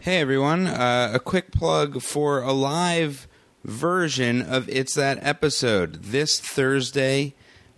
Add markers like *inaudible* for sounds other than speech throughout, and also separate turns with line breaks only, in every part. Hey everyone, uh, a quick plug for a live version of It's That episode this Thursday,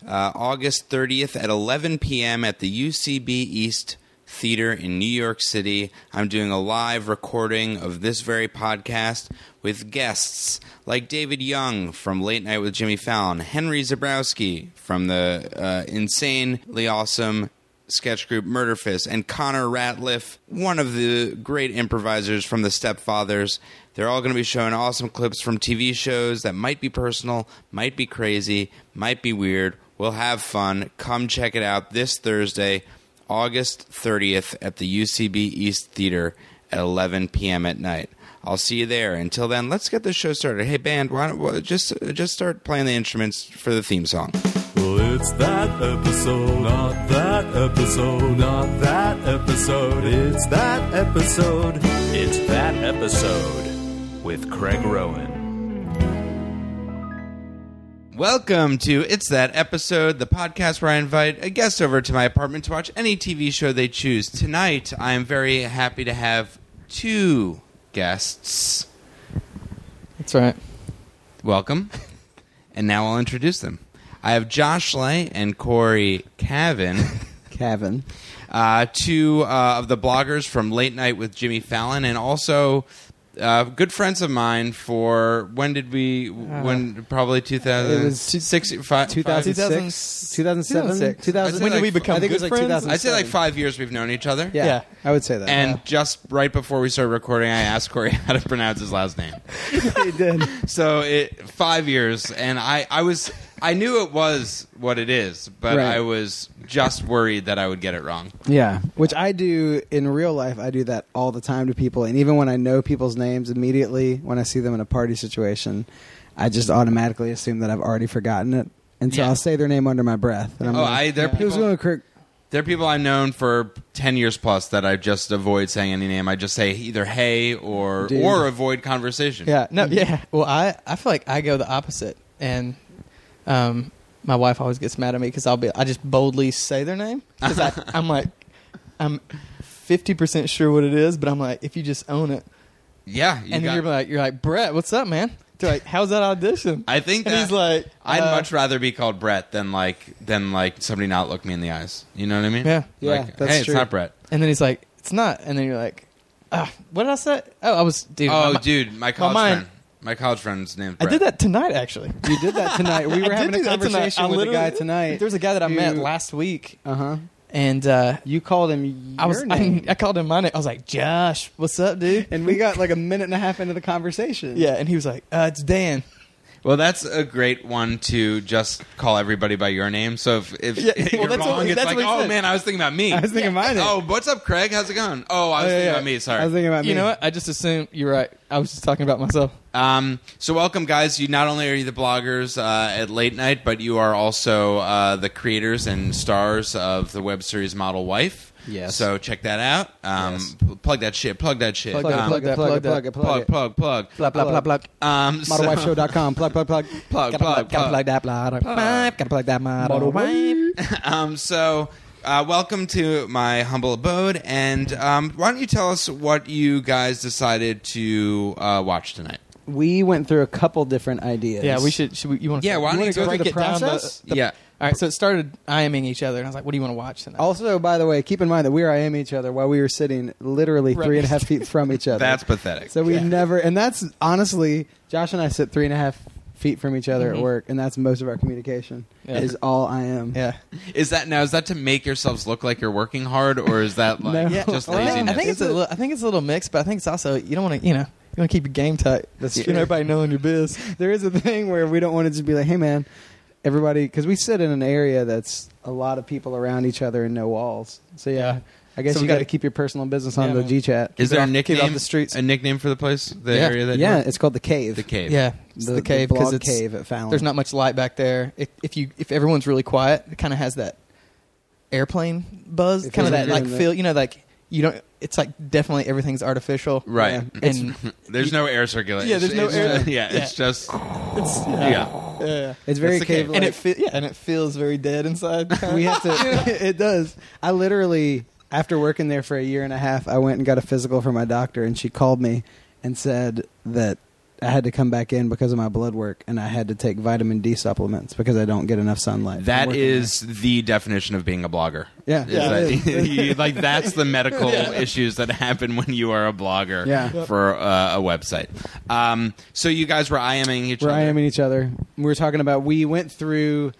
uh, August 30th at 11 p.m. at the UCB East Theater in New York City. I'm doing a live recording of this very podcast with guests like David Young from Late Night with Jimmy Fallon, Henry Zabrowski from the uh, insanely awesome sketch group Murderfist and Connor Ratliff, one of the great improvisers from the Stepfathers. They're all going to be showing awesome clips from TV shows that might be personal, might be crazy, might be weird. We'll have fun. Come check it out this Thursday, August 30th at the UCB East Theater at 11 p.m. at night. I'll see you there. Until then, let's get this show started. Hey, band, why don't, why- just just start playing the instruments for the theme song.
Well, it's that episode, not that episode, not that episode. It's that episode.
It's that episode with Craig Rowan.
Welcome to It's That Episode, the podcast where I invite a guest over to my apartment to watch any TV show they choose. Tonight, I am very happy to have two guests.
That's right.
Welcome. *laughs* And now I'll introduce them. I have Josh Lay and Corey Cavan.
*laughs* Kevin.
uh, two uh, of the bloggers from Late Night with Jimmy Fallon, and also uh, good friends of mine for when did we? when probably two thousand.
Uh, it was two-
five.
2006, 2007,
2006.
2000.
I'd say When did like- we
become
I think it was
good
like
friends?
2007.
I'd say like five years we've known each other.
Yeah,
Yeah.
I would say that.
And just right before we started recording, I asked Corey *laughs* how to pronounce his last name.
yeah. it did.
So it five years, and I, I was I knew it was what it is, but
Right.
I was just worried that I would get it wrong.
Yeah, which I do in real life. I do that all the time to people, and even when I know people's names, immediately when I see them in a party situation, I just automatically assume that I've already forgotten it, and so
Yeah.
I'll say their name under my breath. And I'm
Oh,
like,
I- there are
"He was
people-
going to Kirk.
There are people I've known for ten years plus that I just avoid saying any name. I just say either "hey" or
Dude.
or avoid conversation.
Yeah, Uh, no, yeah. Well, I, I feel like I go the opposite, and um, my wife always gets mad at me because I'll be I just boldly say their name because
*laughs*
I'm like I'm fifty percent sure what it is, but I'm like if you just own it,
yeah. You
and
got-
you're like you're like Brett, what's up, man? They're like, how's that audition?
I think
and
that
he's like,
I'd
uh,
much rather be called Brett than like than like somebody not look me in the eyes. You know what I mean?
Yeah.
Yeah,
Like,
that's
hey,
true.
it's not Brett.
and then he's like, it's not, and then you're like, ah, what did I say? Oh, I was dude.
oh,
my-
dude, my college
mind-
friend. My college friend's name's
I
Brett.
did that tonight actually.
You did that tonight. We were
*laughs* I
having
did do
a
that tonight.
conversation
I
with a guy
literally-
tonight.
There's a guy that I met
who-
last week,
Uh huh.
and uh,
You called him your
I was I,
name,
I called him my name. I was like, Josh, what's up, dude?
and we got like a minute and a half into the conversation.
*laughs* yeah, and he was like, uh, it's Dan.
Well, that's a great one to just call everybody by your name. So if, if,
Yeah,
if *laughs*
well,
you're
that's what-
wrong, it's
that's
like,
what he
oh
said.
man, I was thinking about me.
I was thinking mine.
oh, what's up, Craig? How's it going? Oh, I was
Oh, yeah,
thinking
yeah.
about me. Sorry.
I was thinking about
you
me.
know what? I just assumed you're right. I was just talking about myself.
Um, so welcome, guys. You not only are you the bloggers uh, at Late Night, but you are also uh, the creators and stars of the web series Model Wife.
Yes.
So check that out. Um,
Yes.
pl- Plug that shit. Plug that shit.
Plug
Plug,
it,
um,
it, plug, it, plug, it, plug, it, plug,
plug,
it.
plug, plug.
Blah blah blah blah.
Um, so-
modelwifeshow.com. Plug, plug, plug.
Plug,
gotta
plug,
gotta
plug.
plug that, blah, blah, blah. Gotta plug that Uh, model.
Model
*laughs*
wife.
um, so uh, welcome to my humble abode, and um, why don't you tell us what you guys decided to uh, watch tonight?
*laughs* We went through a couple different ideas.
Yeah, we should. Should we? You want?
Yeah, why don't you go
wanna
through
break
the
it down? the-
process?
the-
yeah.
All right. So it started IMing each other, and I was like, what do you want to watch tonight?
Also, by the way, keep in mind that we were am each other while we were sitting literally
Right.
three and a half feet from each other.
That's pathetic.
so we never, and that's honestly, Josh and I sit three and a half feet from each other at
Mhm.
work, and that's most of our communication.
Yeah.
Is all I am.
yeah.
Is that now? Is that to make yourselves look like you're working hard, or is that like
*laughs* No. Yeah.
just
Well,
I
laziness?
think, I think it's a little, I think it's a little mixed, but I think it's also you don't want to you know you want to keep your game tight.
That's
you
true.
know, everybody knowing your biz.
There is a thing where we don't want to just be like, hey, man, everybody, because we sit in an area that's a lot of people around each other and no walls. So, yeah,
Yeah.
I guess
So
you
we
got to
gotta-
keep your personal business
Yeah,
on the
man.
G Chat.
Is there a
Keep it
nickname
off the streets.
A nickname for the place, the
Yeah.
area that
Yeah, it's called the cave.
the cave.
Yeah, it's the, cave because
blog
it's
cave at Fallon.
there's not much light back there. If, if you if everyone's really quiet, it kind of has that airplane buzz,
It
kind of
feels
that
like
like
you're in
feel. You know, like you don't. It's like definitely everything's artificial.
right. *laughs*
Yeah.
And
There's no air circulation.
Yeah, there's no
It's
air-
ju- yeah, it's just
it's yeah,
yeah.
yeah.
It's very
It's the cave.
cave.
and it fe- *laughs* yeah, and it feels very dead inside.
we have to. it does. I literally after working there for a year and a half, I went and got a physical from my doctor, and she called me and said that I had to come back in because of my blood work, and I had to take vitamin D supplements because I don't get enough sunlight. from
That
working
is the definition of being a blogger.
Yeah.
Is
Yeah,
that- *laughs*
it is.
you- like that's the medical issues that happen when you are a blogger
Yeah.
for uh, a website. Um, so you guys were IMing each
there. we're
other.
IMing each other. We were talking about we went through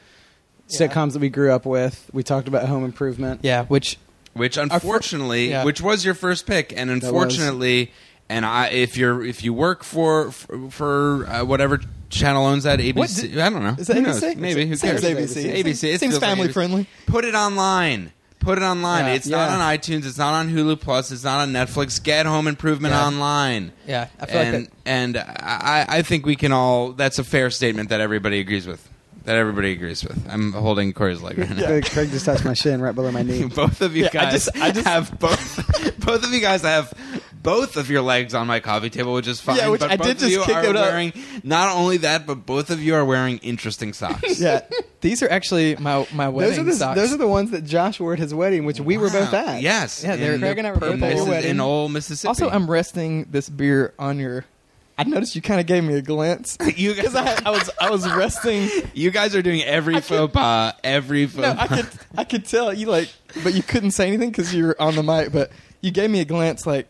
Yeah.
sitcoms that we grew up with. We talked about Home Improvement.
Yeah, which
which unfortunately,
yeah.
which was your first pick, and unfortunately, and I, if you're if you work for for, for uh, whatever channel owns that ABC,
did-
I don't know,
is that
Who
ABC?
knows? Maybe who
Seems
cares? It's
ABC.
ABC It
Seems
feels like
family
ABC.
friendly.
Put it online. Put it online.
Yeah.
it's not
Yeah.
on iTunes. It's not on Hulu Plus. It's not on Netflix. Get Home Improvement
Yeah.
online.
yeah, I feel
and
like
and I, I think we can all. That's a fair statement that everybody agrees with. That everybody agrees with. I'm holding Corey's leg
*laughs*
right now
Craig just touched my shin right below my
*laughs*
knee.
both of you
Yeah, I
guys
just- I just-
have both *laughs* both of you guys have both of your legs on my coffee table which is fine
Yeah, which
but
I
both
did
of
just
you
kick
are
it up.
wearing not only that but both of you are wearing interesting socks
that. *laughs* Yeah, these are actually my my wedding
Those are, the,
socks.
those are the ones that Josh wore at his wedding, which we were both
Wow.
at.
yes
Yeah, they're-
in
Craig and I were both at your
Missis-
wedding.
in old Mississippi
also, I'm resting this beer on your. I noticed you kind of gave me a glance *laughs*
you guys,
because I, had- I was I was resting.
*laughs* you guys are doing every faux pas every faux
No, I
pas *laughs*
could I could tell you like, but you couldn't say anything because you were on the mic. But you gave me a glance like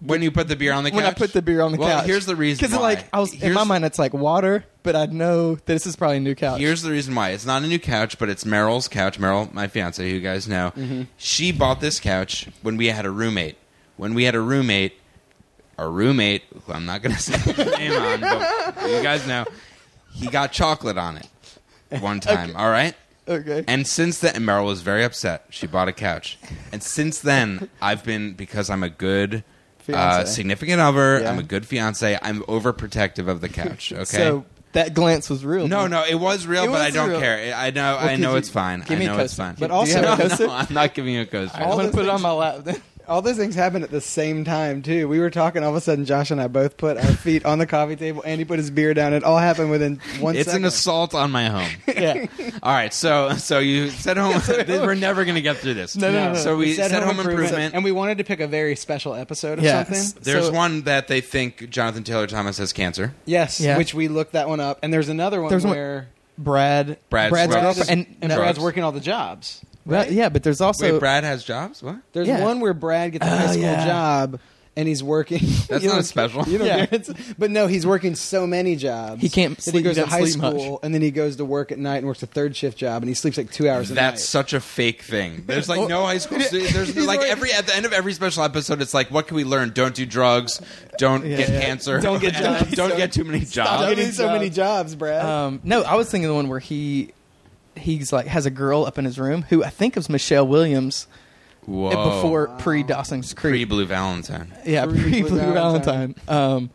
when you put the beer on the couch
when I put the beer on the
well,
couch.
here's the reason
because
why.
like I was in my
Here's-
mind, it's like water, but I know that this is probably a new couch.
Here's the reason why. It's not a new couch, but it's Meryl's couch. Meryl, my fiance, who you guys know,
Mm-hmm.
she bought this couch when we had a roommate. When we had a roommate, a roommate, who I'm not going to *laughs* say his name on, but you guys know, he got chocolate on it one time, all right?
okay.
And since then, and Meryl was very upset. She bought a couch. And since then, I've been, because I'm a good. Uh,
Fiance.
significant other.
Yeah.
I'm a good fiance. I'm overprotective of the
*laughs*
couch. Okay.
So that glance was real.
No, no, it was real,
It
but I
was
don't
real.
care. I I know,
Well,
I
could
know
you-
it's fine.
give
I
me a
know it's
coaster.
fine.
But
Do you have
also-
a *laughs*
coaster?
no, I'm not giving you a coaster.
I'm gonna put it on my lap. Then.
All those things happened at the same time too. We were talking. All of a sudden, Josh and I both put our feet on the coffee table, and he put his beer down. It all happened within one
It's an
second.
assault on my home.
*laughs* Yeah.
All right, so so you said
*laughs*
home. we're never going to get through this.
No, no, no,
So
no.
we said, home improvement.
and we wanted to pick a very special episode of
Yeah.
something.
There's
So-
one that they think Jonathan Taylor Thomas has cancer.
Yes,
Yeah.
which we looked that one up, and there's another one
There's one-
where
Brad.
Brad's
Brad's
Brad-
girlfriend. And,
and
no,
Brad's
drugs.
working all the jobs.
Brad- yeah, but there's also
Wait, Brad has jobs. What?
There's
Yeah.
one where Brad gets a high
Oh,
school
yeah.
job, and he's working.
That's
*laughs* you
not
know,
special.
You know,
Yeah.
it's, but no, he's working so many jobs.
He can't
That he
sleep-
goes
he
to
doesn't
high
sleep much.
school, and then he goes to work at night and works a third shift job, and he sleeps like two hours. a
That's
night.
such a fake thing. There's
Oh.
like no high school. Student.
*laughs*
There's like every at the end of every special episode, it's like, what can we learn? Don't do drugs. Don't get
yeah.
cancer.
Don't get
And *laughs*
jobs.
Don't get too many jobs.
Stop
How
getting
many
so many jobs, Brad.
um, no, I was thinking the one where he he's like has a girl up in his room who I think was Michelle Williams
Whoa.
before pre Dawson's
pre
Creek.
Blue Valentine.
yeah,
Pre-
pre
Blue
Blue
Valentine.
Valentine. Um,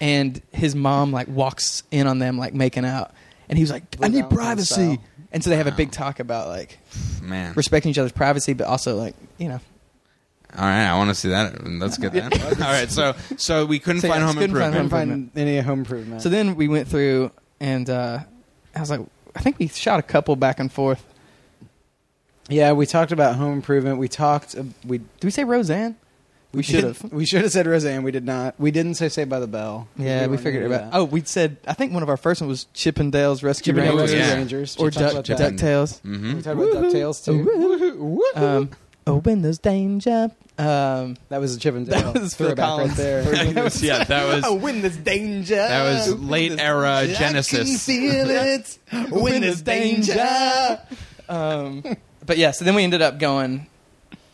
and his mom like walks in on them like making out, and he was like,
Blue
"I need
Valentine
privacy."
style.
And so they have a big talk about like
Man.
respecting each other's privacy, but also like you know,
All right, I want to see that. Let's get that. All right, so so we couldn't
So, yeah,
find
it's
home
couldn't find
improvement.
Couldn't find
improvement.
any home improvement.
So then we went through, and uh, I was like, I think we shot a couple back and forth.
yeah, we talked about home improvement. We talked. uh, We
Did we say Roseanne? We should have.
we should have said Roseanne. We did not. We didn't say Saved by the Bell.
Yeah, we
weren't
figured it
gonna do
out.
that.
Oh, we said I think one of our first ones was Chippendales Rescue
Chippendale
Rangers.
Rangers
Rescue
Yeah.
Rangers
or
We talked
Duck,
about that.
Ducktales.
We
Mm-hmm.
talked about Ducktales too.
Um, oh, when there's danger. Um,
That was a Chip and Dale
That was Phil
throwback right
Collins.
there.
*laughs* yeah, that
*laughs*
was
when there's danger.
that was late era Genesis.
feel it
*laughs*
when there's danger. Um, but yeah, so then we ended up going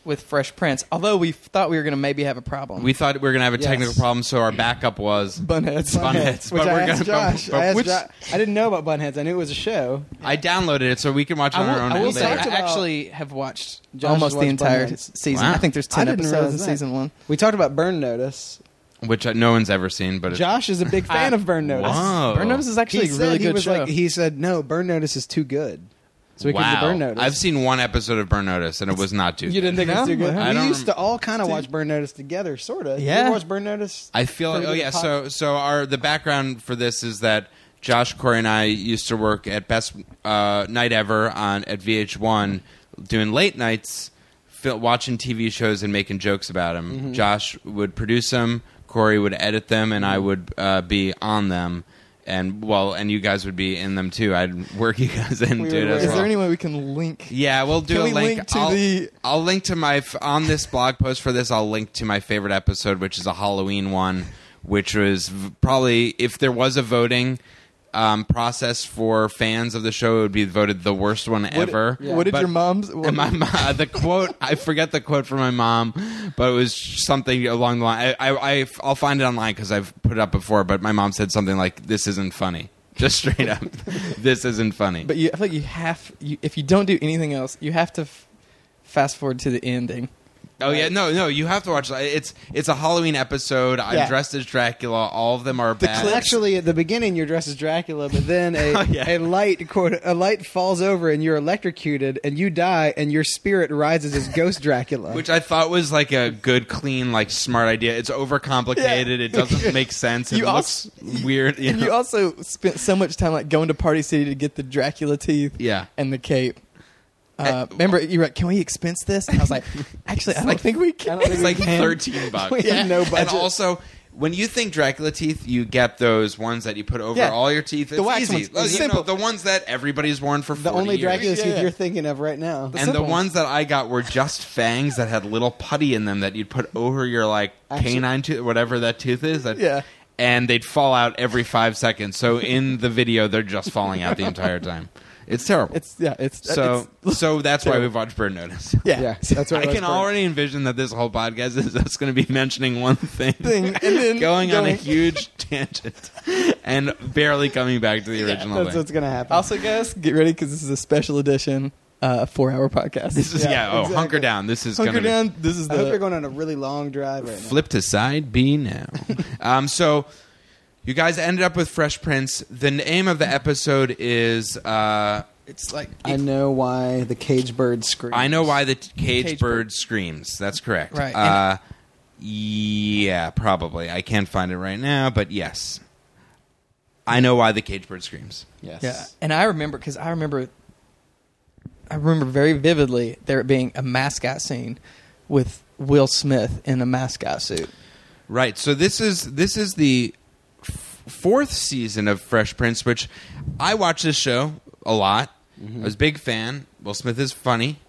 with Fresh Prince. Although we thought we were going to maybe have a problem.
We thought we were gonna have a
Yes.
technical problem, so our backup was.
bunheads.
Bunheads,
Which
but
I
we're
asked
gonna-
Josh.
but
I asked
which-
Josh. I didn't know about Bunheads. I knew it was a show.
I downloaded it so we can watch it
I
on
will,
our own
I will
later.
say I
about-
actually have watched
Josh
almost the
watched
entire
Bunheads.
season.
Wow.
I think there's
I
ten
didn't realize
episodes in
that.
season one.
We talked about Burn Notice.
which uh, no one's ever seen, but it's,
Josh is a big fan of Burn Notice.
Wow.
Burn Notice is actually
He
a
said
really
he
good
was
show.
Like, he said, "No, Burn Notice is too good." So we
wow.
came to Burn Notice.
I've seen one episode of Burn Notice, and it was not too.
You didn't
good.
think it was
No?
too good.
I
we
don't
used to
rem-
all kind of watch Burn Notice together, sort of.
Yeah.
you watch Burn Notice.
I feel
From
like, oh
the
yeah.
pop-
So so our the background for this is that Josh Corey and I used to work at Best uh, Night Ever on at VH1 doing late nights fil- watching TV shows and making jokes about them.
Mm-hmm.
Josh would produce them, Corey would edit them, and
Mm-hmm.
I would uh, be on them. And well, and you guys would be in them too. I'd work *laughs* you guys in,
We
dude.
were-
As
is
well.
there any way we can link?
Yeah, we'll do
Can
a
we
link.
link to
I'll,
the-
I'll link to my f- on this blog post for this. I'll link to my favorite episode, which is a Halloween one, which was v- probably if there was a voting um, process for fans of the show, it would be voted the worst one ever.
What did
But-
your mom's? What,
and my mo- *laughs* the quote I forget the quote from my mom, but it was something along the line. I, I, I I'll find it online because I've put it up before. But my mom said something like, "This isn't funny." *laughs* Just straight up, this isn't funny.
But you, I feel like you have. You, if you don't do anything else, you have to f- fast forward to the ending.
Oh yeah, no, no. You have to watch. It's it's a Halloween episode. I'm
Yeah.
dressed as Dracula. All of them are
The
bad.
cl- actually, at the beginning, you're dressed as Dracula, but then a,
Oh, yeah.
a light quote, a light falls over, and you're electrocuted, and you die, and your spirit rises as Ghost Dracula.
which I thought was like a good, clean, like smart idea. It's overcomplicated.
Yeah.
It doesn't make sense. It
You
looks weird. you
*laughs* And you
know?
also spent so much time like going to Party City to get the Dracula teeth
yeah.
and the cape.
Uh,
Uh, remember, you were like, "Can we expense this?" And I was like, "Actually, I don't think we can."
It's like thirteen bucks.
We have no budget.
And also, when you think Dracula teeth, you get those ones that you put over
Yeah.
all your teeth. It's
The wax
easy.
ones.
Well,
It's
you know,
simple.
the ones that everybody's worn for
the
40
only
years.
Dracula
Yeah,
teeth
yeah.
you're thinking of right now.
The
and the
simple
ones that I got were just fangs that had little putty in them that you'd put over your like
Actually-
canine tooth, whatever that tooth is. That,
Yeah.
And they'd fall out every five seconds. So in the video, they're just falling out the entire time. It's terrible.
It's yeah, it's *laughs*
so so that's why
terrible.
we've watched Bird Notice.
it's- *laughs* yeah.
yeah, that's what
I
it was
can
for-
already envision that this whole podcast is us going to be mentioning one thing,
Thing, and
*laughs*
then
going, on a
going- *laughs*
huge tangent, and barely coming back to the original
That's
thing.
what's gonna happen.
Also, guys, get ready because this is a special edition, uh, four-hour podcast.
This is yeah.
Yeah,
oh,
exactly.
hunker down. This is
hunker
gonna be-
down. This is
I hope you're
the
going on a really long drive right now.
Flip to side B now. *laughs* um, so you guys ended up with Fresh Prince. The name of the episode is uh, it's like
I know why the cage bird screams.
I know why the t- cage,
Cage
bird
bird.
screams. That's correct.
Right.
Uh, yeah, probably. I can't find it right now, but yes. I know why the cage bird screams.
Yes.
yeah. And I remember because I remember, I remember very vividly there being a mascot scene with Will Smith in a mascot suit.
Right. So this is this is the f- fourth season of Fresh Prince, which I watch this show a lot.
Mm-hmm.
I was a big fan. Will Smith is funny.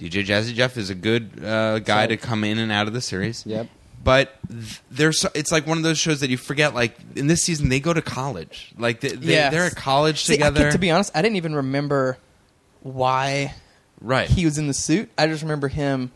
DJ Jazzy Jeff is a good uh, guy
So-
to come in and out of the series.
Yep.
But th- there's so- it's like one of those shows that you forget. Like in this season, they go to college. Like they, they,
Yes.
they're at college
See, I can't-
together.
to be honest, I didn't even remember why
right.
he was in the suit. I just remember him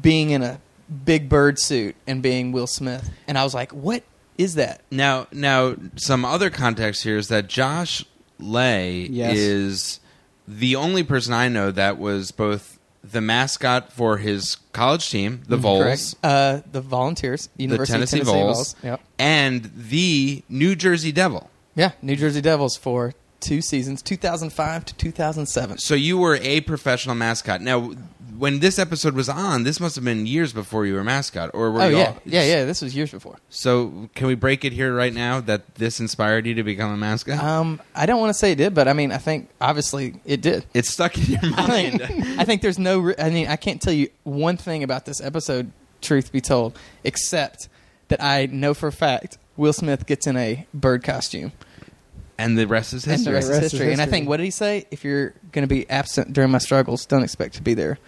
being in a big bird suit and being Will Smith, and I was like, "What is that?"
Now, now, some other context here is that Josh Lay
Yes.
is the only person I know that was both the mascot for his college team, the Vols,
Uh, the Volunteers,
the
Mhm, University
Tennessee,
of Tennessee
Vols,
Vols. Yep.
and the New Jersey Devil.
Yeah, New Jersey Devils for two seasons, 2005 to 2007.
So you were a professional mascot. Now, when this episode was on, this must have been years before you were a mascot, or were
Oh
you
yeah,
all-
yeah, yeah. This was years before.
So can we break it here right now that this inspired you to become a mascot?
Um, I don't want to say it did, but I mean, I think obviously it did.
it's stuck in
*laughs*
your
I
mind.
think, I think there's no. Re- I mean, I can't tell you one thing about this episode. Truth be told, except that I know for a fact Will Smith gets in a bird costume,
and the rest is
and the
history.
rest,
Rest
is
is
history. And I
history.
think, what did he say? If you're going to be absent during my struggles, don't expect to be there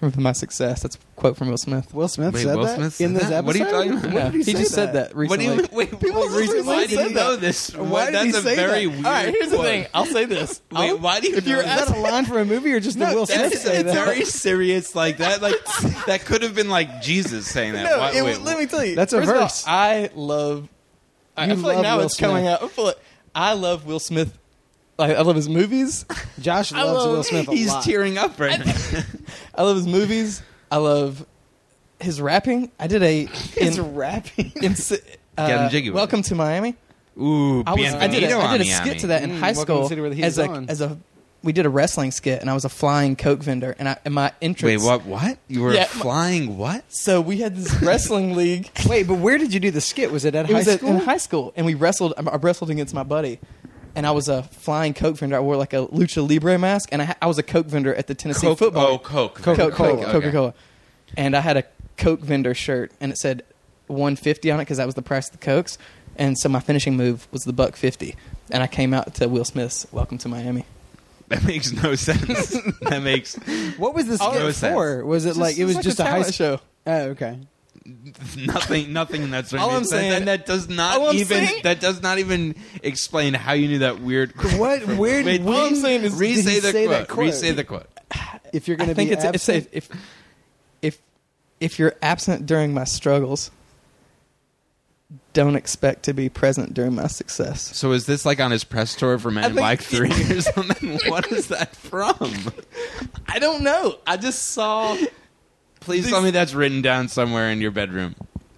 for my success. That's a quote from Will Smith.
Will Smith
Wait,
said
Will
that
Smith said
in this
that?
episode.
What are you talking about?
When
Yeah,
did he, say
just said that
What do
recently.
you mean? Wait,
People
what-
just recently
why do you
said
know
that.
this?
Why did he
That's a
say
very
that?
weird.
All right, here's the
quote.
thing. I'll say
*laughs*
this.
Wait,
I'll-
why do you
if you're
know
Is that a line from a movie or just the Will
That
Smith
is
say
a
that?
very serious. Like that. Like
*laughs*
that could have been like Jesus saying that.
no,
Why-
it,
wait,
let me tell you.
That's a
First of all,
verse.
I love. I, I
You
feel like
love
now
Will
it's coming
Smith.
out. I feel like I love Will Smith. Like I love his movies.
Josh
I
loves
love-
Will Smith a
He's
lot.
tearing up right now.
I love his movies. I love his rapping. I
*laughs*
did a
It's
in,
rapping.
in,
*laughs*
uh,
Get him jiggy with it.
Welcome to Miami.
*laughs* Ooh,
I was I did a,
bienvenido
I did a
a
skit to that in
Mm,
high
Welcome to
school
City Where the Heat Is
as a
On.
as a we did a wrestling skit and I was a flying coke vendor and I and my
Wait,
entrance
what? What? You were
Yeah, my-
flying what? *laughs*
So we had this wrestling league
Wait, but where did you do the skit? Was it at
It
high
was at,
school?
in high school, and we wrestled. I wrestled against my buddy, and I was a flying Coke vendor. I wore like a lucha libre mask, and I, ha- I was a Coke vendor at the Tennessee
Coke-
football.
oh, Coke
Coke,
vendor.
Coke, Coca
Coca-Cola.
Cola, and I had a Coke vendor shirt, and it said 150 on it because that was the price of the cokes. And so my finishing move was the buck fifty, and I came out to Will Smith's "Welcome to Miami."
That makes no sense.
*laughs*
that makes
What was this
All
skit
those sets.
for? Was it like it was
like
just a, high
talent
school?
show.
Oh, okay.
*laughs* nothing. Nothing in that sort
All
of
I'm saying-
and that does not
all I'm
even
saying-
that does not even explain how you knew that weird. Quote
What
from-
weird-
Wait,
all I'm saying is-
re-
did
say
he
the
say
quote.
that quote?
Re-say the quote.
If you're going
I
to
think
be
it's, it's
absent,
safe if if if you're absent during my struggles, don't expect to be present during my success.
So is this like on his press tour for Men
I
in
think-
Black Three
*laughs*
or something? What is that from?
I don't know. I just saw.
Please tell me that's written down somewhere in your bedroom.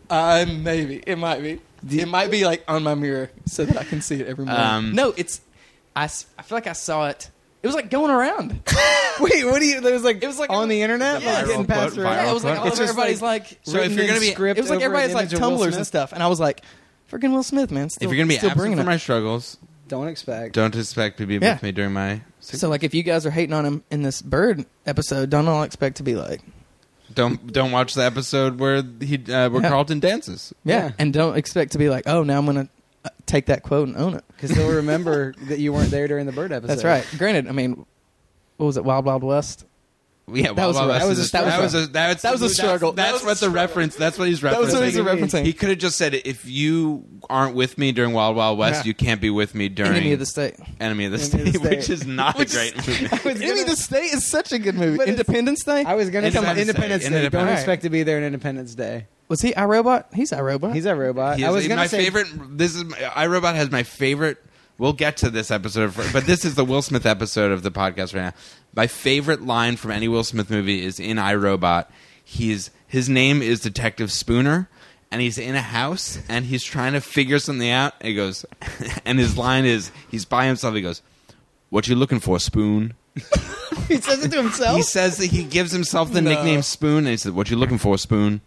Uh, maybe it might be. It might be like on my mirror so that I can see it every morning.
Um,
no, it's. I, s- I feel like I saw it. It was like going around. *laughs* Wait, what do you? There was like it was like
on the internet,
Yeah,
like
viral
getting
quote,
passed around.
Yeah, it was like
Viral
all
clip.
of everybody's like.
So if
written
you're
in
gonna be-
script
it was like
over an
everybody's like
image of Will
tumblers and
Smith.
stuff, and I was like, "Freaking Will Smith, man!" Still,
if you're going to be
still
absent
bringing it.
from my struggles,
Don't expect.
don't expect to be
Yeah.
with me during my.
So like if you guys are hating on him in this bird episode, don't all expect to be like
Don't don't watch the episode where he uh, where
Yeah.
Carlton dances.
yeah,
Yeah.
and don't expect to be like oh now I'm gonna uh, take that quote and own it.
because they'll remember that you weren't there during the bird episode.
That's right. Granted, I mean, what was it? Wild Wild West.
Yeah,
That was
well,
a-
well,
that
that's-
was a- that was
that
a-
was a that's-
that was a
that's-
struggle. That
That's
was a
what the reference. That's what he's referencing.
That was what he's referencing.
He could have just said, "If you aren't with me during Wild Wild West,
Yeah.
you can't be with me during
Enemy of the State.
Enemy of the
Enemy of
State," *laughs*
the
which
State.
is not a
Which is-
great movie.
Enemy of the State is such a good movie.
But it's-
Independence Day.
I was going to come
Independence Day.
Independence Day.
Independence
Don't
Day.
expect to be there on Independence Day.
was he iRobot? He's iRobot.
He's a robot.
He
I
is-
was going
my
to say
favorite. This is my, iRobot has my favorite. We'll get to this episode, for, but this is the Will Smith episode of the podcast right now. My favorite line from any Will Smith movie is in iRobot. He's his name is Detective Spooner, and he's in a house and he's trying to figure something out. And he goes, *laughs* and his line is he's by himself. He goes, "What you looking for, Spoon?"
he says it to himself.
He says that he gives himself the
No.
nickname Spoon, and he says, "What you looking for, Spoon?"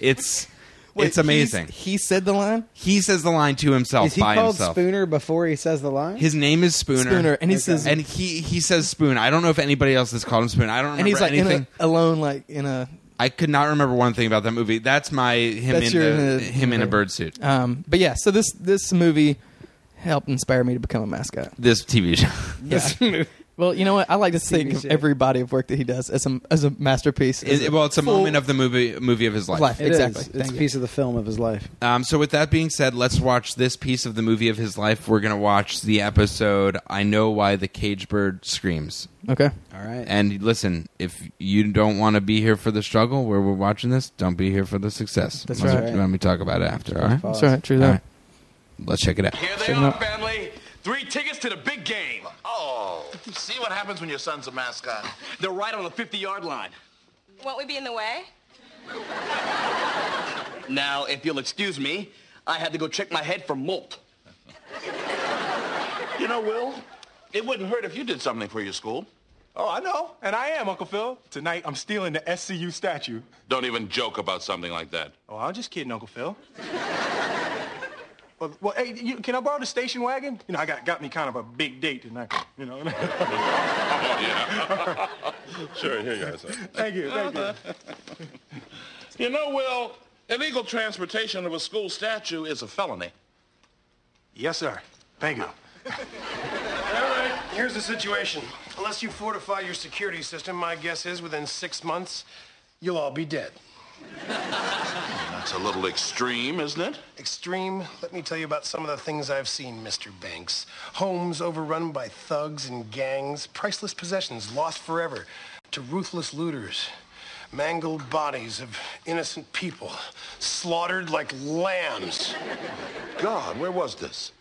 It's
Wait,
it's amazing.
he's- He said the line.
He says the line to himself
Is he
by
called
himself.
Spooner before he says the line?
His name is Spooner.
Spooner, and he
Okay.
says,
And he he says Spoon. I don't know if anybody else has called him Spoon. I don't remember
and he's like in
anything.
a, alone, like in a
I could not remember one thing about that movie. That's my him
That's
in
your-
the,
uh,
him in a bird suit.
Um, but yeah, so this this movie helped inspire me to become a mascot.
This TV show.
This movie. Well, you know what? I *laughs* like to think of
show.
every body of work that he does as a as a masterpiece. as
It-
a
well, it's a
full-
moment of the movie movie of his life.
Life.
It is.
exactly.
It's
Thank
a
you.
piece of the film of his life.
Um, so, with that being said, let's watch this piece of the movie of his life. We're gonna watch the episode "I Know Why the Cage Bird Screams."
okay.
All right.
And listen, if you don't want to be here for the struggle where we're watching this, don't be here for the success.
That's
When-
right.
When we talk about it after, all right?
Pause.
That's right. True that.
All right. Let's check it out.
Here they
Check 'em
are,
out.
family. Three tickets to the big game.
Oh, see what happens when your son's a mascot.
They're right on the 50 yard line.
Won't we be in the way?
Now, if you'll excuse me, I had to go check my head for molt.
You know, Will, it wouldn't hurt if you did something for your school.
Oh, I know, and I am, Uncle Phil. Tonight, I'm stealing the SCU statue.
Don't even joke about something like that.
Oh, I'm just kidding, Uncle Phil. well, well, hey, you, can I borrow the station wagon? You know, I got, got me kind of a big date tonight, you know. *laughs*
*laughs* Sure, here you are, sir.
thank you, thank you.
You know, Will, illegal transportation of a school statue is a felony.
Yes, sir. Thank you.
All right, here's the situation. Unless you fortify your security system, my guess is within six months, you'll all be dead.
That's a little extreme, isn't it?
Extreme, let me tell you about some of the things I've seen, Mr. Banks. Homes overrun by thugs and gangs, priceless possessions lost forever to ruthless looters, mangled bodies of innocent people slaughtered like lambs.
God, where was this?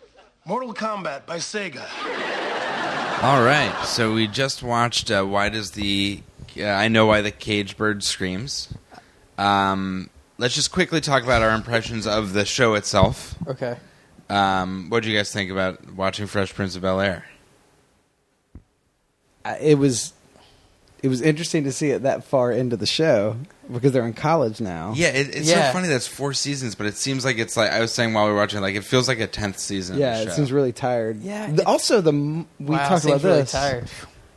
Mortal Kombat by Sega.
All right. So we just watched uh, Why Does the uh, I Know Why the Cage Bird Screams. Um, let's just quickly talk about our impressions of the show itself.
Okay.
Um, what do you guys think about watching Fresh Prince of Bel Air?
I- It was. it was interesting to see it that far into the show because they're in college now.
Yeah, it, it's
Yeah.
so funny that's four seasons, but it seems like it's like I was saying while we were watching, like it feels like a tenth season. of
Yeah,
the
it
show.
seems really tired.
Yeah,
The-
it's-
also, the m- we
wow,
talked about
seems really
this.
tired.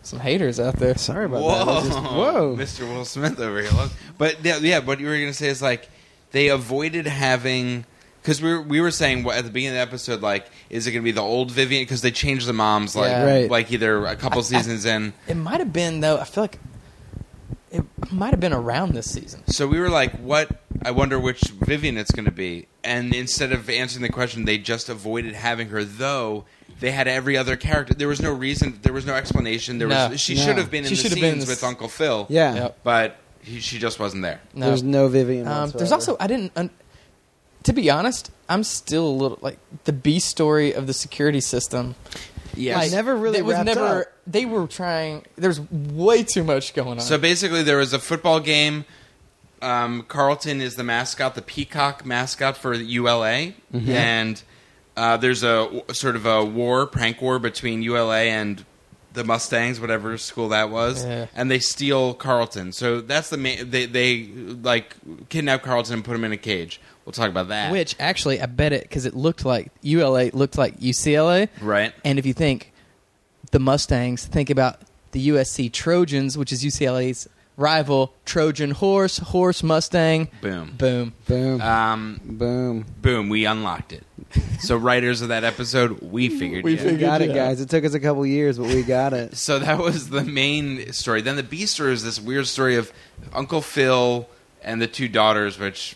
Some haters out there.
Sorry about
Whoa,
that. It was just-
*laughs*
whoa.
Mr. Will Smith over here. Look. But yeah, yeah, what you were gonna say is like they avoided having because we were, we were saying what- at the beginning of the episode like is it gonna be the old Vivian because they changed the moms like
Yeah.
Right.
like either a couple
I- I-
seasons in.
It might have been though. I feel like it might have been around this season.
So we were like, what? I wonder which Vivian it's going to be. And instead of answering the question, they just avoided having her, though they had every other character. There was no reason, there was no explanation. There
No.
was She
No.
should have been in
She
the
should
scenes
have been
with
in this-
Uncle Phil.
Yeah.
Yep.
But he, she just wasn't there.
No.
There's no Vivian.
Um, there's
whatsoever.
also I didn't. Un- to be honest, I'm still a little like the B story of the security system.
Yes.
Like,
never really
that was
wrapped
never.
up.
They were trying. There's way too much going on.
So basically, there was a football game. Um, Carlton is the mascot, the peacock mascot for the ULA,
Mm-hmm.
and uh, there's a sort of a war, prank war between ULA and the Mustangs, whatever school that was,
Yeah.
and they steal Carlton. So that's the main. They, they like kidnap Carlton and put him in a cage. We'll talk about that.
Which actually, I bet it because it looked like ULA looked like UCLA,
Right.
And if you think the Mustangs, think about the USC Trojans, which is UCLA's rival. Trojan horse, horse Mustang,
Boom.
boom.
boom,
um,
boom.
boom, we unlocked it. so writers of that episode, we figured. it out.
We got it, guys. It took us a couple years, but we got
*laughs*
it.
so that was the main story. Then the B story is this weird story of Uncle Phil and the two daughters, which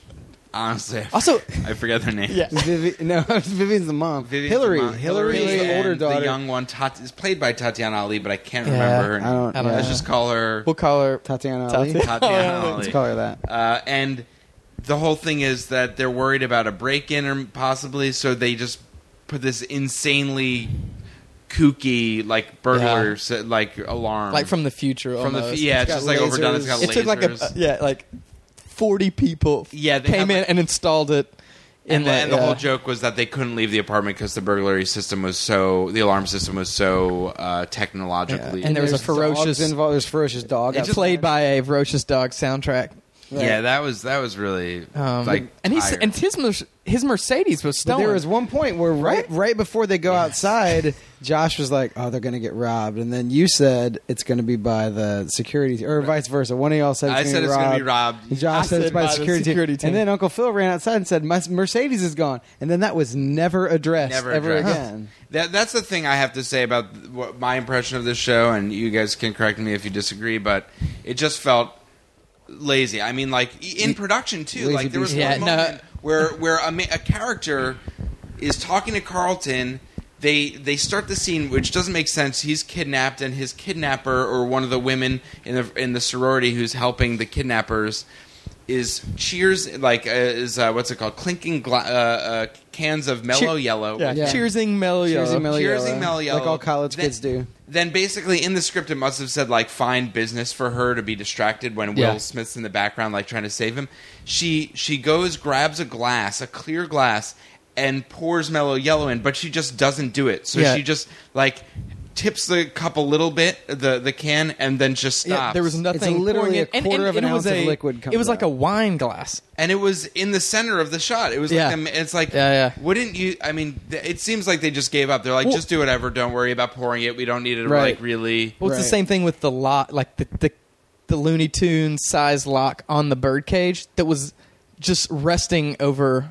honestly, I f- *laughs*
Also-
I forget their names.
Yeah.
Vivi- no, *laughs* Vivian's the mom.
Vivian's
Hillary.
the mom- Hillary,
Hillary's the
and
older daughter.
the young one, Tat- is played by Tatiana Ali, but I can't
Yeah,
remember her. Name.
I don't- I don't
Let's
know.
just call her
*laughs* We'll call her
Tatiana Ali.
Tatiana.
Tatiana Ali.
Let's call her that.
Uh, and the whole thing is that they're worried about a break in or possibly, so they just put this insanely kooky like burglar
Yeah.
se- like alarm
like from the future.
from the
almost.
yeah, it's
got
just like overdone. It's
lasers.
got
it
lasers.
took like a uh, yeah, like forty people.
Yeah, they
came
had,
in
like-
and installed it. in
and, the,
like,
and the
yeah.
whole joke was that they couldn't leave the apartment because the burglary system was so the alarm system was so uh, technologically
Yeah, and there was a
There's
ferocious-
dogs involved. There's ferocious dog.
It's
outside.
played by a ferocious dog soundtrack.
yeah that was that was really
Um,
like
and he's
tired.
and his Mer- his Mercedes was
But
stolen.
there was one point where right right before they go outside, Josh was like, "Oh, they're going to get robbed," and then you said it's going to be by the security, or vice versa. One of y'all said,
I
it's
said
gonna
it's
robbed.
gonna be robbed.
And Josh
I
said it's
said
by,
by
the
the
security,
security
team.
team.
and then Uncle Phil ran outside and said, "My Mercedes is gone," and then that was never addressed
never
ever
addressed.
again.
That, that's the thing I have to say about th- what, my impression of this show, and you guys can correct me if you disagree, but it just felt lazy. I mean, like i- in production too.
lazy
like there was
beast. Yeah,
one
no.
moment where where a, ma- a character is talking to Carlton. They they start the scene, which doesn't make sense. He's kidnapped, and his kidnapper or one of the women in the in the sorority who's helping the kidnappers is cheers like uh, is uh, what's it called clinking gla- uh, uh, cans of mellow yellow
yeah,
Yeah.
cheersing mellow
Cheersy
yellow.
Mellow
Cheersy
Yellow,
Mellow Yellow.
like all college
Then-
kids do.
Then basically in the script it must have said like find business for her to be distracted when
Yeah.
Will Smith's in the background like trying to save him. She she goes grabs a glass, a clear glass, and pours Mellow Yellow in, but she just doesn't do it. So
Yeah.
she just like tips the cup a little bit, the the can, and then just stops.
Yeah, there was nothing. pouring
literally
in.
a quarter of an
it was
ounce of
a-
liquid
It
comes
was like
out.
a wine glass.
and it was in the center of the shot. It was
Yeah.
like um, it's like
Yeah, yeah.
wouldn't you? I mean, th- it seems like they just gave up. They're like,
Well-
just do whatever. Don't worry about pouring it. We don't need it.
Right.
Like really.
Well, it's
Right.
the same thing with the lock, like the the, the Looney Tunes size lock on the bird cage that was just resting over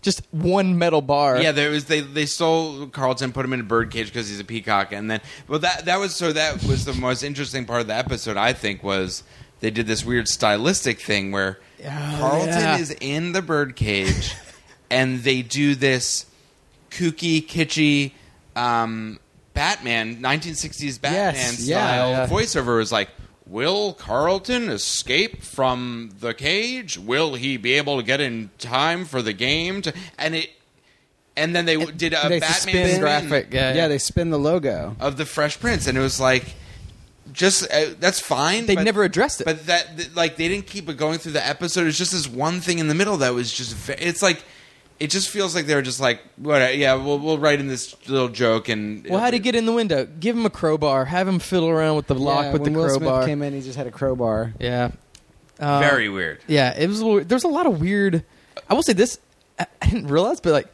just one metal bar.
Yeah, there was they they stole Carlton, put him in a birdcage because he's a peacock, and then well that that was so that was the most interesting part of the episode I think was they did this weird stylistic thing where Carlton
yeah.
is in the
*laughs*
birdcage, and they do this kooky kitschy. Um, Batman, 1960s Batman
yeah,
style
yeah.
voiceover was like, "Will Carlton escape from the cage? Will he be able to get in time for the game?" To, and it and then they w- did a Batman
they suspend-
spin
graphic, yeah,
they spin the logo.
of the Fresh Prince, and it was like, just uh, that's fine.
They
but-
never addressed it.
But that th- like they didn't keep it going through the episode. It's just this one thing in the middle that was just ve- it's like. It just feels like they're just like, what? uh, Yeah, we'll we'll write in this little joke and.
Well, how'd he get in the window? Give him a crowbar. Have him fiddle around with the lock
Yeah,
with the
when Will Smith
crowbar.
came in, he just had a crowbar.
Yeah. Uh,
Very weird.
Yeah, it was. a little- There's a lot of weird. I will say this. I I didn't realize, but like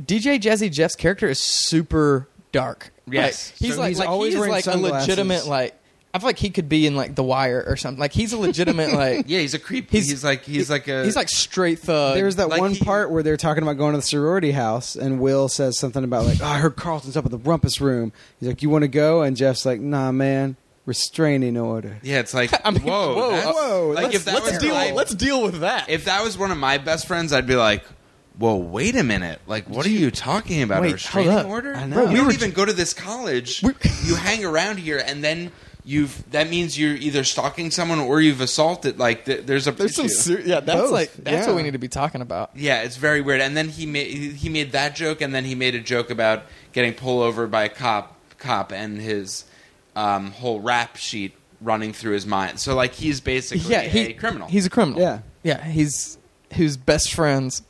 DJ Jazzy Jeff's character is super dark.
Yes.
Like, he's
So
like,
he's
like,
always
he is
wearing
like a
sunglasses.
legitimate like. I feel like he could be in like The Wire or something. Like he's a *laughs* legitimate like.
Yeah, he's a creep. He's,
He's-
like he's like a
He's like straight thug.
There was that
Like
one
he-
part where they're talking about going to the sorority house, and Will says something about like, oh, "I heard Carlton's up at the rumpus room." He's like, "You want to go?" And Jeff's like, "Nah, man, restraining order."
yeah. It's like
*laughs* I mean,
whoa,
whoa,
that's-
whoa,
Like
let's-
if that
let's
was
deal.
my-
let's deal with that.
if that was one of my best friends, I'd be like, "Well, wait a minute. Like, what are you talking about?
Wait,
a restraining
hold up.
order?
I know.
Bro,
We
you don't
were
even go to this college.
We-
you hang around here, and then you've that means you're either stalking someone or you've assaulted. Like, th- there's a
There's some.
issue.
Ser- yeah, that's
Both,
like
yeah.
that's what we need to be talking about.
yeah, it's very weird. And then he made he made that joke, and then he made a joke about getting pulled over by a cop cop and his um, whole rap sheet running through his mind. So like he's basically
Yeah, he,
a criminal.
He's a criminal.
Yeah.
yeah. He's who's best friends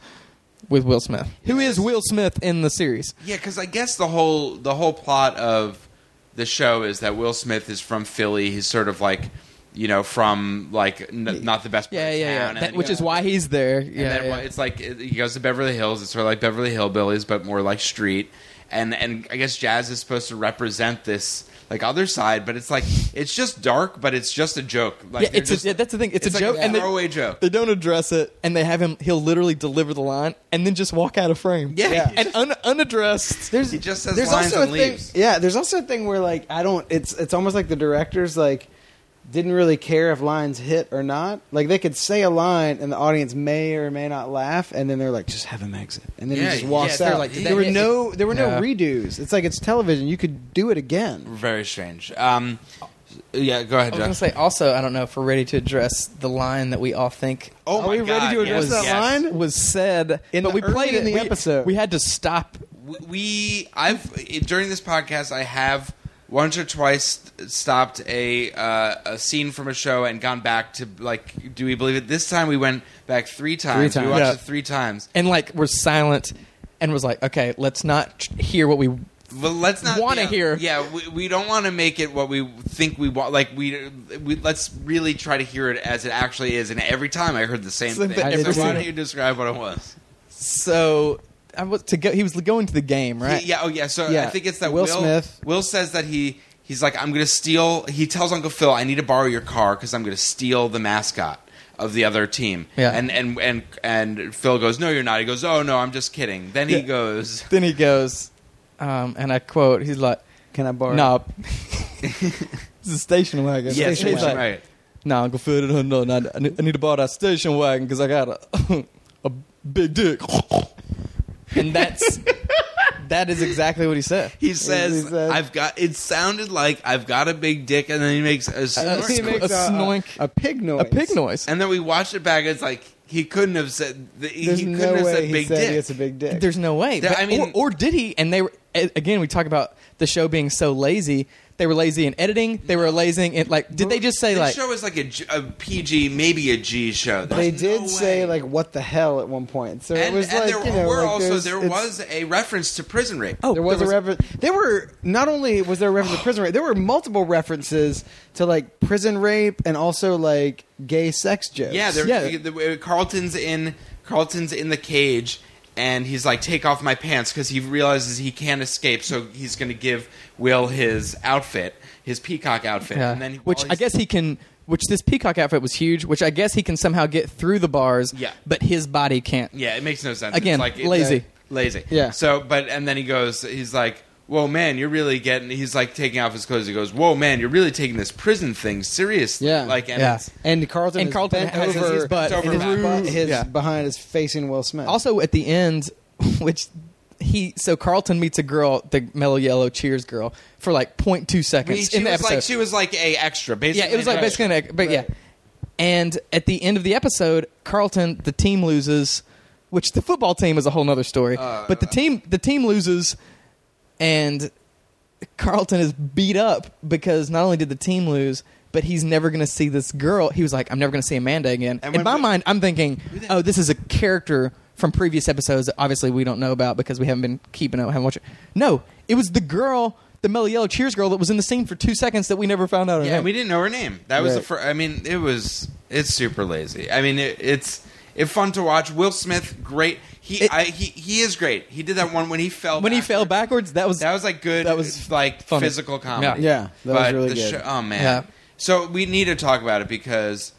with Will Smith. Who is Will Smith in the series?
Yeah, because I guess the whole the whole plot of the show is that Will Smith is from Philly. He's sort of like, you know, from like n- not the best part
Yeah,
of
yeah, yeah.
town, and
That-
then-
which is why he's there.
And
Yeah,
then
yeah.
it's like it- he goes to Beverly Hills. It's sort of like Beverly Hillbillies, but more like street. And and I guess jazz is supposed to represent this like other side, but it's like it's just dark, but it's just a joke. Like
Yeah,
they're
it's a-
just-
yeah, that's the thing. It's a
like
joke, and they-
throwaway joke.
They don't address it, and they have him. He'll literally deliver the line, and then just walk out of frame.
Yeah. Yeah.
and un, unaddressed.
There's,
He just says
there's
lines
also
and
a thing,
leaves.
Yeah, there's also a thing where like I don't. It's it's almost like the directors like didn't really care if lines hit or not. Like they could say a line and the audience may or may not laugh, and then they're like, just have him exit, and then
Yeah,
he just walks
yeah, they're
out.
like, did that
there were
hit?
no there were
Yeah.
no redos. It's like it's television. You could do it again.
very strange. Um, yeah, go ahead.
I was
Josh.
gonna say also, I don't know if we're ready to address the line that we all think
oh
Are
my
we ready
God,
to address
yes,
that
yes.
line?
was said,
In
but
the
we
early
played
in the
we-
episode.
We had to stop.
we I've during this podcast I have once or twice stopped a uh, a scene from a show and gone back to like do we believe it this time we went back three times,
times.
we watched
Yeah.
it three times
and like were silent and was like, okay, let's not tr- hear what we.
well let's not
Wanna
yeah,
hear.
yeah we, we don't want to make it what we think we want like we, we let's really try to hear it as it actually is and every time I heard the same
Same
thing,
thing. I
so
did
why
too.
don't you describe what it was
So I was to go. He was going to the game, right?
Yeah. Oh, yeah. So I
Yeah.
think it's that Will,
Will Smith.
Will says that he he's like, I'm going to steal. He tells Uncle Phil, I need to borrow your car because I'm going to steal the mascot of the other team.
Yeah.
And and and and Phil goes, No, you're not. He goes, Oh no, I'm just kidding. Then he
*laughs*
Yeah.
goes.
Then he goes, um, and I quote, he's like,
Can I borrow?
"No, it's a station wagon."
Yeah,
He's
station
like,
wagon. Right.
Nah, Uncle Phil, no, no, no, I need I need to borrow that station wagon because I got a *laughs* a
*laughs*
big dick, and that's that is exactly what he said.
He says,
he says-
I've got. It sounded like I've got a big dick, and then he makes a
Uh,
snort.
He makes
a
a, a-
snoink.
a pig noise.
A pig noise.
and then we watched it back. And it's like he couldn't have said. He
There's
couldn't
no
have
way
said
he
big
said
dick.
it's a big dick.
There's no way.
Yeah,
But-
I mean-
or, or did he? And they were a- again. We talk about the show being so lazy. They were lazy in editing. They were lazy in like. Did they just say
This
like?
show is like a, G- a PG, maybe a G show.
they
There's
did
no
say
way.
like what the hell at one point. So
and,
it was
and
like
there
you know,
were
like,
also
there's-
there
it's-
was a reference to prison rape.
Oh,
there was,
there
a reference. There were not only was there a reference to prison rape, there were multiple references to like prison rape and also like gay sex jokes.
yeah, there,
yeah.
the- Carlton's in Carlton's in the cage, and he's like, "Take off my pants," because he realizes he can't escape, so he's going to give Will his outfit, his peacock outfit,
Yeah.
and then
which
while
I
he's-
guess he can. Which this peacock outfit was huge. Which I guess he can somehow get through the bars.
Yeah.
But his body can't.
Yeah, it makes no sense.
Again,
it's like it-
lazy.
lazy.
Yeah.
So, but and then he goes, he's like, "Whoa, man, you're really getting." He's like taking off his clothes. He goes, "Whoa, man, you're really taking this prison thing seriously."
Yeah.
Like, and
Yeah.
it's-
and Carlton
And
is
Carlton
bent
has his
over
butt
and his,
through-
butt- his
Yeah.
behind is facing Will Smith.
Also at the end, *laughs* which he so Carlton meets a girl, the mellow yellow cheers girl, for like 0.2 seconds
we- she
in the
was
episode.
like she was like a extra. Basically,
Yeah, it was like
Right.
basically, an egg, but yeah. And at the end of the episode, Carlton, the team loses, which the football team is a whole nother story.
Uh,
but the team, the team loses, and Carlton is beat up because not only did the team lose, but he's never going to see this girl. He was like, "I'm never going to see Amanda again."
And
in
when
my
we-
mind, I'm thinking, "Oh, this is a character from previous episodes that obviously we don't know about because we haven't been keeping up, haven't watched it. No, it was the girl, the Mellow Yellow Cheers girl that was in the scene for two seconds that we never found out. her
Yeah,
name.
we didn't know her name. That was the
Right.
first. I mean, it was. It's super lazy. I mean, it, it's it's fun to watch. Will Smith, great. He
It-
I, he he is great. He did that one when he fell.
when he
backward.
fell backwards, that was
That was like good.
That was
like
funny.
physical comedy.
Yeah. Yeah, that was
But
really
the
good.
show- oh man.
Yeah.
So we need to talk about it because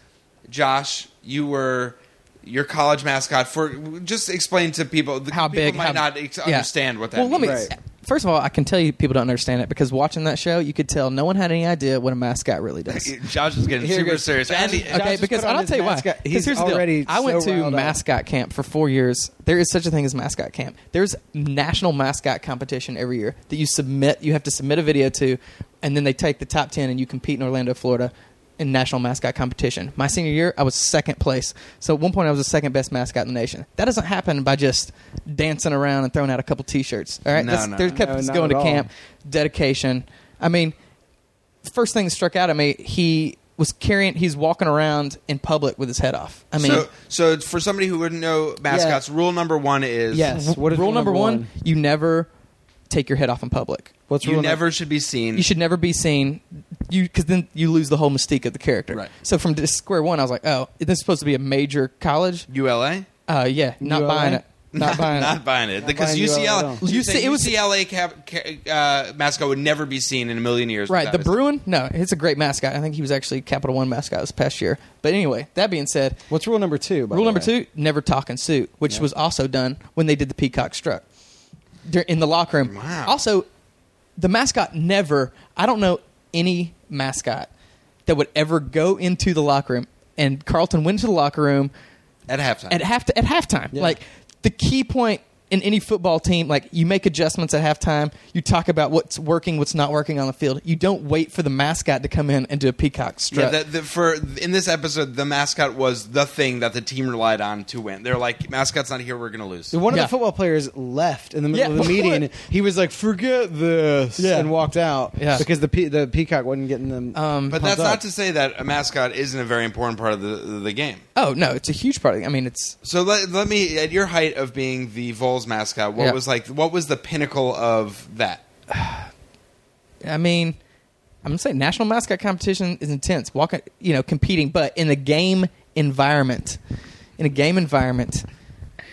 Josh, you were your college mascot for. Just explain to people the,
how
people
big
might
how,
not ex-
yeah.
understand what that.
Well, let me.
means.
Right.
First of all, I can tell you people don't understand it because watching that show, you could tell no one had any idea what a mascot really does.
Josh is getting
Here
super
goes-
serious.
Josh
And
is-
he-
Josh
okay,
just
because
put on
I'll
his
tell you why.
mascot.
Because
He's
here's the deal.
already
I went
so
to
riled up.
mascot camp for four years. There is such a thing as mascot camp. There's national mascot competition every year that you submit. You have to submit a video to, and then they take the top ten and you compete in Orlando, Florida. In national mascot competition, my senior year, I was second place. So at one point, I was the second best mascot in the nation. That doesn't happen by just dancing around and throwing out a couple T-shirts. All right,
No,
That's-
no,
they're
no.
kept
No,
us
not
going
at
to
all.
camp, dedication. I mean, first thing that struck out at me, he was carrying, he's walking around in public with his head off. I mean,
so, so for somebody who wouldn't know mascots, rule number one is
Yes. What is
rule
rule number
number one,
one?
you never take your head off in public.
What's
you
rule num-
never should be seen.
You should never be seen, you because then you lose the whole mystique of the character.
Right.
So from this square one, I was like, oh, is this supposed to be a major college?
ULA.
Uh, yeah, not
ULA?
buying it. Not buying it.
Not buying it because
buying ULA at
UCLA,
all.
you
You
think
see- it was-
UCLA cap, ca- uh, mascot would never be seen in a million years.
Right, the
without his-
Bruin? No, it's a great mascot. I think he was actually Capital One mascot this past year. But anyway, that being said,
What's rule number two? by
Rule
the
number
way?
two: never talk and suit, which was also done when they did the peacock struck Dur- in the locker room.
Wow.
Also, the mascot never. I don't know any mascot that would ever go into the locker room. And Carlton went into the locker room
at halftime.
at half at halftime.
Yeah.
Like the key point in any football team, like you make adjustments at halftime. You talk about what's working, what's not working on the field. You don't wait for the mascot to come in and do a peacock strut.
yeah, the, the, for in this episode, the mascot was the thing that the team relied on to win. They're like, mascot's not here, we're gonna lose.
One of
Yeah.
the football players left in the middle
Yeah. *laughs*
of the meeting. He was like, "Forget this,"
Yeah.
and walked out
Yeah.
because the pe- the peacock wasn't getting them.
Um,
But
pumped
that's
up.
not to say that a mascot isn't a very important part of the the game.
oh no, it's a huge part. Of, I mean, it's
So let, let me at your height of being the Vols mascot, what
Yeah.
was like? What was the pinnacle of that?
I mean, I'm gonna say national mascot competition is intense. Walking, you know, competing, but in a game environment, in a game environment,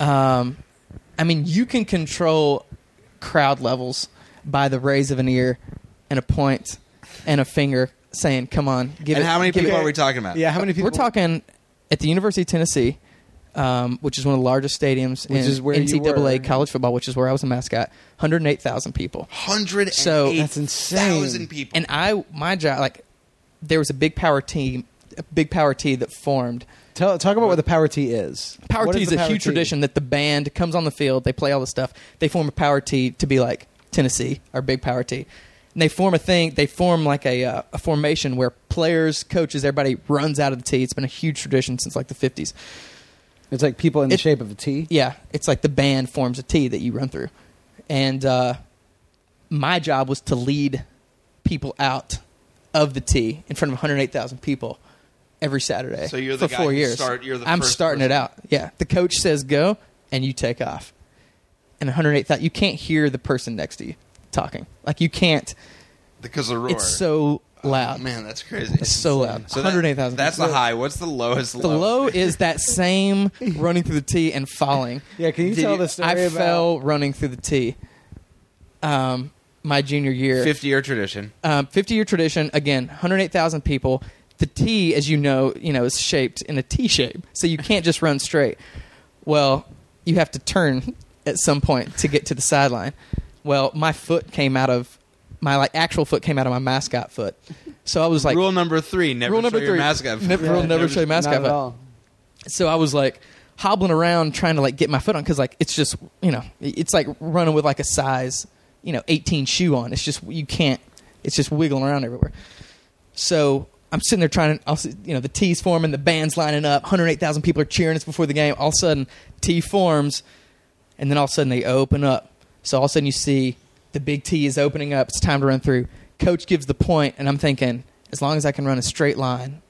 um, I mean, you can control crowd levels by the raise of an ear and a point and a finger saying, "Come on, give
And
it."
how many
give
people
it."
are we talking about?
Yeah, how many people?
We're talking at the University of Tennessee, um, which is one of the largest stadiums
Which
in
is where you were.
NCAA college football, which is where I was a mascot. 108,000 people.
hundred
So-
That's insane.
Thousand people.
And I, my job, like, there was a big power team, a big power T that formed.
Tell, talk about what the power T is.
Power
What
T is
the
a
power
huge
T?
tradition that the band comes on the field, they play all the stuff, they form a power T to be like Tennessee, our big power T. And they form a thing, they form like a, uh, a formation where players, coaches, everybody runs out of the T. It's been a huge tradition since like the 50s.
It's like people in the
It-
shape of a T.
Yeah, it's like the band forms a T that you run through. And uh, my job was to lead people out of the T in front of 108,000 people every Saturday.
So you're
for
the guy
four
who
years.
start- you're the
I'm
first
starting
person.
it out. Yeah, the coach says go, and you take off. And 108,000, you can't hear the person next to you talking. Like you can't.
because of the roar.
It's so loud.
Man, that's crazy.
It's so loud.
So that-
108,000.
That's the high. What's the lowest?
The low is
*laughs*
that same running through the tee and falling.
Yeah, can you
Did
tell the story
I
about-
fell running through the tee. Um, my junior year,
fifty-year tradition.
um, fifty-year tradition. Again, one hundred eight thousand people. The tee, as you know, you know, is shaped in a T shape, so you can't just run straight. Well, you have to turn at some point to get to the sideline. Well, my foot came out of my like actual foot came out of my mascot foot, so I was like
rule number three: never
rule
show
number
your
three,
mascot.
ne- rule never show your
Not
mascot
at
foot
all.
so I was like hobbling around trying to like get my foot on because like it's just you know it's like running with like a size you know 18 shoe on. It's just you can't. It's just wiggling around everywhere. So I'm sitting there trying to, I'll, s- you know, the T's forming, the band's lining up, 108,000 people are cheering us before the game. All of a sudden, T forms, and then all of a sudden they open up. So all of a sudden you see the big T is opening up. It's time to run through. Coach gives the point, and I'm thinking, as long as I can run a straight line,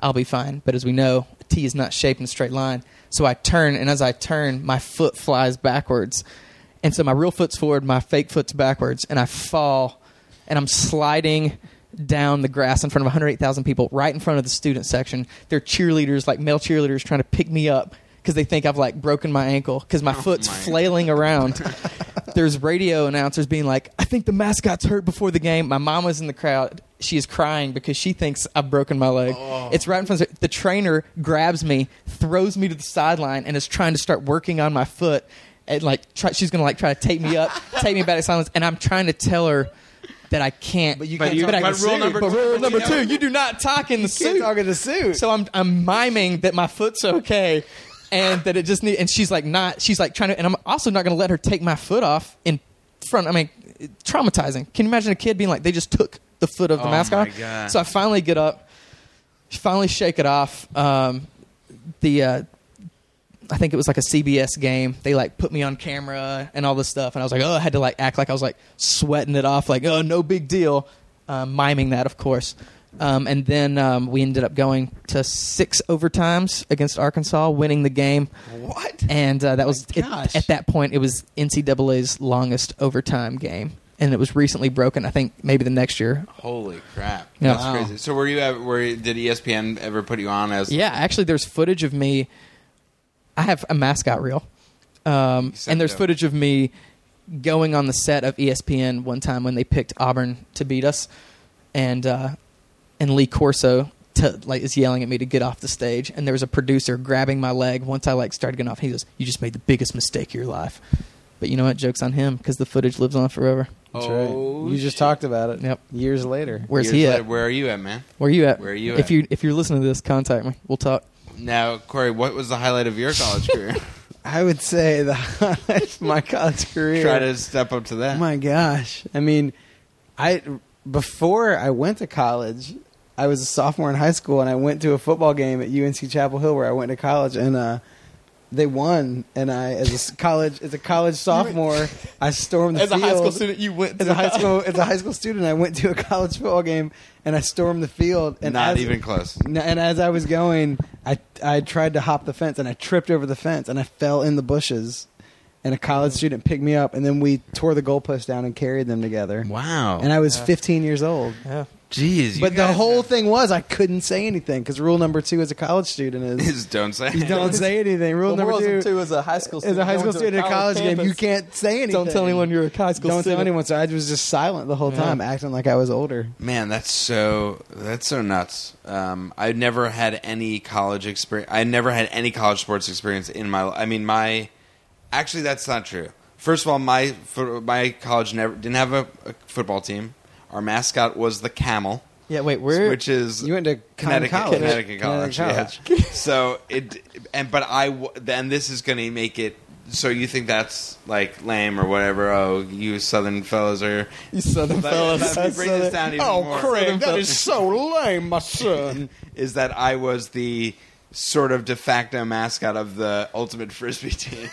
I'll be fine. But as we know, a T is not shaped in a straight line. So I turn, and as I turn, my foot flies backwards. And so my real foot's forward, my fake foot's backwards, and I fall, and I'm sliding down the grass in front of 108,000 people, right in front of the student section. They're cheerleaders, like male cheerleaders, trying to pick me up because they think I've like broken my ankle because
Oh
my foot's flailing around.
*laughs*
There's radio announcers being like, "I think the mascot's hurt before the game." My mom was in the crowd. She is crying because she thinks I've broken my leg.
Oh.
It's right in front of the trainer grabs me, throws me to the sideline, and is trying to start working on my foot. And like, try, she's gonna like try to take me up, take me back to silence, and I'm trying to tell her that I can't. But you
can't talk
I
about
can
rule
sue.
number
But
two-
rule
but you
number
know-
two, you do not talk in the suit.
talking to suit.
*laughs* So I'm I'm miming that my foot's okay and that it just need and she's like not she's like trying to and I'm also not going to let her take my foot off in front I mean it- traumatizing. Can you imagine a kid being like they just took the foot of the
Oh
mascot?
my God.
So I finally get up, finally shake it off. Um, the uh, I think it was like a CBS game. They like put me on camera and all this stuff, and I was like, oh, I had to like act like I was like sweating it off, like oh, no big deal, uh, miming that, of course. Um, and then um, we ended up going to six overtimes against Arkansas, winning the game.
What?
And uh, that was it,
gosh.
at that point, it was NCAA's longest overtime game, and it was recently broken. I think maybe the next year.
Holy crap!
Yeah.
That's
Wow.
crazy. So were you? Ever, were did E ESPN ever put you on as?
Yeah, actually, there's footage of me. I have a mascot reel, um,
sent
and there's
it over.
footage of me going on the set of E ESPN one time when they picked Auburn to beat us, and uh, and Lee Corso to, like is yelling at me to get off the stage, and there was a producer grabbing my leg once I like started getting off. He goes, "You just made the biggest mistake of your life," but you know what? Jokes on him because the footage lives on forever.
That's right.
Oh,
You just talked about it.
Yep.
Years later.
Where's
years
he at?
later, Where are you at, man?
Where you at?
Where are you
If
at?
you if you're listening to this, contact me. We'll talk.
Now, Corey, what was the highlight of your
*laughs*
college career?
I would say the highlight of *laughs* my college career.
Try to step up to that.
Oh my gosh. I mean, I before I went to college, I was a sophomore in high school and I went to a football game at UNC Chapel Hill where I went to college and uh they won and I as a s- college as a college sophomore, I stormed the
As a
field
high school student, you went to
as a high school as a high school student, I went to a college football game and I stormed the field and
Not
as-
even close.
N- And as I was going, I I tried to hop the fence and I tripped over the fence and I fell in the bushes. And a college student picked me up and then we tore the goalpost down and carried them together.
Wow.
And I was 15 years old.
Yeah.
Jeez. you
But the
guys
whole
have-
thing was I couldn't say anything because rule number two as a college student is
*laughs* is don't say.
*laughs* you
*laughs*
*laughs*
don't say anything. Rule
Well,
number
Morals
two
is a high school
is a high school student at a college game. You can't say anything.
Don't tell anyone you're a high school
Don't
student.
tell anyone. So I was just silent the whole
Yeah.
time, acting like I was older.
Man, that's so that's so nuts. Um, I never had any college experience. I never had any college sports experience in my. I mean, my actually that's not true. First of all, my fo- my college never didn't have a, a football team. Our mascot was the camel,
Yeah, wait, where?
which is
You went to
Connecticut
College.
Connecticut College.
Connecticut
yeah. *laughs* so it and but I w- then this is going to make it. So you think that's like lame or whatever? Oh, you Southern fellas are
you southern
Let-
fellas.
let me bring this down even more.
that
is so lame, my son.
*laughs* is that I was the sort of de facto mascot of the Ultimate Frisbee *laughs*
*laughs*
team,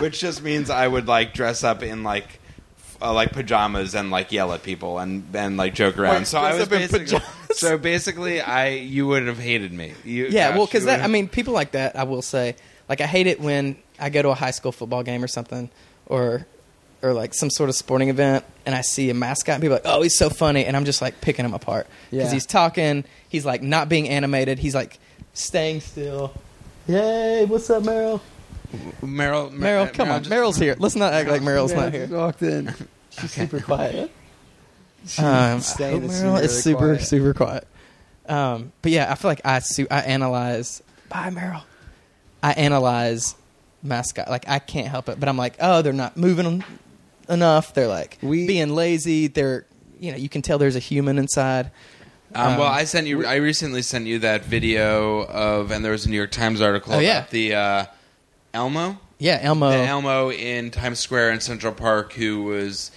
which just means I would like dress up in like f- uh, like pajamas and like yell at people and and like joke around. so I
dress
was
up in
basically
pajamas?
*laughs* so basically I you would have hated me. You,
Yeah,
gosh,
well, because
you
that,
would
I
have-
mean, people like that, I will say, like, I hate it when I go to a high school football game or something, or or like some sort of sporting event, and I see a mascot, and people are like, oh, he's so funny, and I'm just like picking him apart because
Yeah.
he's talking, he's like not being animated, he's like staying still. Yay, what's up, Meryl?
uh, Meryl, Mer-
Meryl, come on,
just-
Meryl's here. Let's not act like Meryl's not here.
Walked in.
She's super quiet. Um,
Stay
I hope
that's
Meryl is
really
super
quiet.
super quiet. Um, but yeah, I feel like I su- I analyze. Bye, Meryl. I analyze mascot. Like I can't help it, but I'm like, oh, they're not moving enough. They're like
We-
being lazy. They're you know you can tell there's a human inside.
Um, well, I sent you. I recently sent you that video of, and there was a New York Times article
Oh,
about
yeah.
the uh, Elmo.
Yeah, Elmo.
the Elmo in Times Square in Central Park who was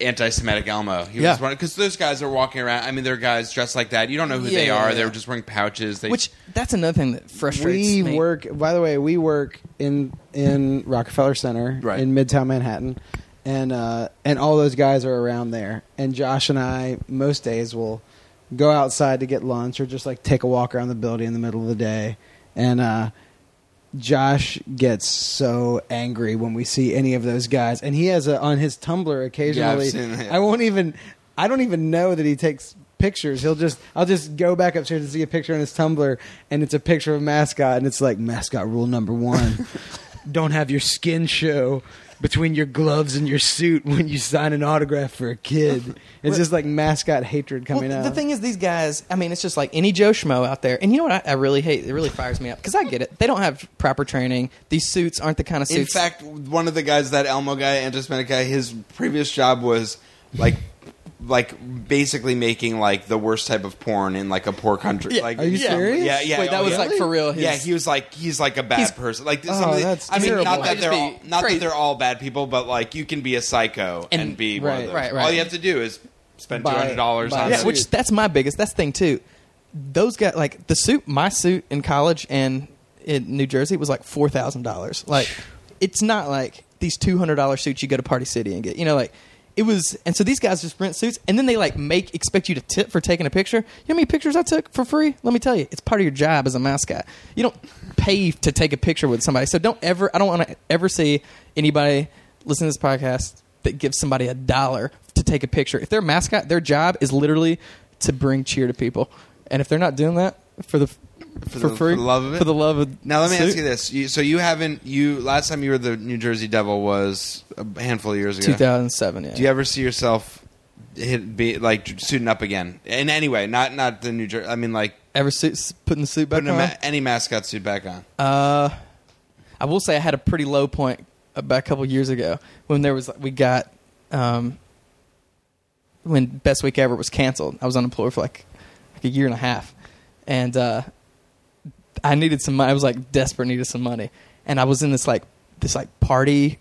anti-Semitic Elmo. He
Yeah.
was one because those guys are walking around. I mean, they're guys dressed like that. You don't know who
Yeah,
they
yeah,
are.
yeah.
They're just wearing pouches. They,
which that's another thing that frustrates
we
me.
work by the way we work in in rockefeller center
Right.
in midtown manhattan and uh and all those guys are around there and josh and i most days will go outside to get lunch or just like take a walk around the building in the middle of the day and uh Josh gets so angry when we see any of those guys, and he has a, on his Tumblr occasionally.
seen that.
I won't even. I don't even know that he takes pictures. He'll just. I'll just go back upstairs and see a picture on his Tumblr, and it's a picture of a mascot, and it's like mascot rule number one: *laughs* don't have your skin show between your gloves and your suit when you sign an autograph for a kid. It's just like mascot hatred coming
well,
out.
The thing is, these guys. I mean, it's just like any Joe schmo out there. And you know what? I, I really hate. It really fires me up because I get it. They don't have proper training. These suits aren't the kind of
In
suits.
fact, one of the guys, that Elmo guy, anti-Semitic guy, his previous job was like, like basically making like the worst type of porn in like a poor country.
Yeah.
Like,
Are you
yeah,
serious?
Yeah, yeah.
Wait, that
oh,
was,
yeah.
like, for real,
yeah,
his-
he was like he's like a bad
He's-
person. Like this.
Oh,
somebody-
that's
I mean, not
terrible.
that they're
Just
all,
be
not
crazy.
that they're all bad people, but like you can be a psycho and,
And-
be one of
right,
those.
right, right.
All you have to do is spend two
Buy-
hundred dollars
buy
on
a
yeah,
it.
which that's my biggest. That's the thing too. Those guys, like the suit, my suit in college and in New Jersey was like four thousand dollars. Like, it's not like these two hundred dollars suits you go to Party City and get. You know, like it was. And so these guys just rent suits, and then they like make expect you to tip for taking a picture. You know how many pictures I took for free? Let me tell you, it's part of your job as a mascot. You don't pay to take a picture with somebody. So don't ever. I don't want to ever see anybody listen to this podcast that gives somebody a dollar to take a picture. If their mascot, their job is literally to bring cheer to people. And if they're not doing that for the for,
the-
free,
for the love of it?
for the love of
Now let me ask
suit,
you this: you, so you haven't you last time you were the New Jersey Devil was a handful of years ago.
2007. Yeah.
Do you ever see yourself hit, be like suiting up again? In any way, not not the New Jersey. I mean, like
ever suits, putting the suit back
putting a
on?
ma- any mascot suit back on.
Uh, I will say I had a pretty low point about a couple years ago when there was we got um, when Best Week Ever was canceled. I was unemployed for like, like a year and a half, and uh, I needed some money. I was like desperate, needed some money, and I was in this like this like party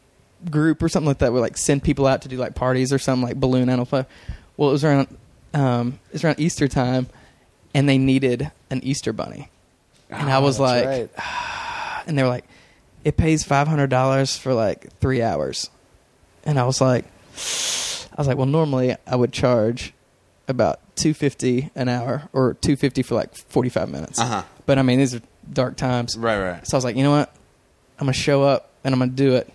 group or something like that. We like send people out to do like parties or something like balloon. I don't know. Well, it was around um, it was around Easter time, and they needed an Easter bunny, and
Ah,
I was
That's
like
right.
*sighs* and they were like, it pays five hundred dollars for like three hours, and I was like, *sighs* I was like, well, normally I would charge about two fifty an hour or two fifty for like forty five minutes.
Uh-huh.
But I mean, these are dark times,
Right, right.
So I was like, you know what, I'm gonna show up and I'm gonna do it,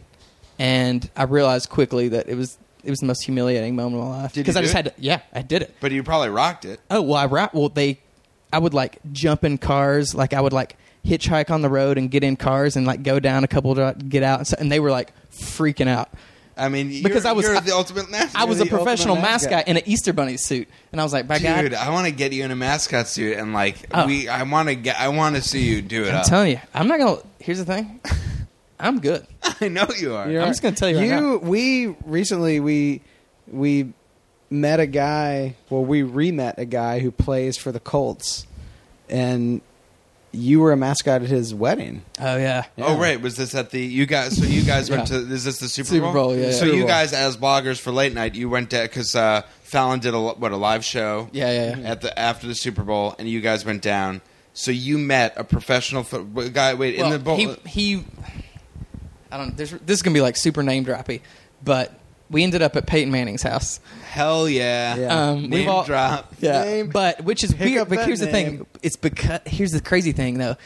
and I realized quickly that it was it was the most humiliating moment of my life
Did you
because I
do
just
it?
had to, yeah, I did it.
But you probably rocked it.
Oh well, I rap. Well, they, I would like jump in cars. Like I would like hitchhike on the road and get in cars and like go down a couple, dri- get out, and, so, and they were like freaking out.
I mean, you're,
Because I was-
you're
I-
the ultimate mascot.
I was
the
a
ultimate
professional
mascot.
mascot. in an Easter bunny suit, and I was like, by God,
Dude, I want to get you in a mascot suit and like
Oh.
we. I want to get. I want to see you do it.
I'm
up.
telling you, I'm not gonna. Here's the thing, I'm good.
*laughs* I know you are.
You're-
I'm just gonna tell you right now.
we recently we we met a guy. Well, we re-met a guy who plays for the Colts, and you were a mascot at his wedding.
Oh yeah,
*laughs* Oh right, was this at the you guys? So you guys went
Yeah.
to is this the Super,
Super
Bowl?
Bowl, yeah, yeah.
So
Super
you
Bowl.
guys as bloggers for late night, you went to because uh, Fallon did a li- what a live show.
Yeah, yeah, yeah.
At the after the Super Bowl, and you guys went down. So you met a professional fo- guy. Wait
Well,
in the bowl.
He, he I don't. There's, this is gonna be like super name droppy, but we ended up at Peyton Manning's house.
hell yeah.
Yeah.
Um,
Name
we've all,
drop.
Yeah,
Name.
but which is
Pick up
weird. But
that
here's the
name.
thing: it's because here's the crazy thing, though.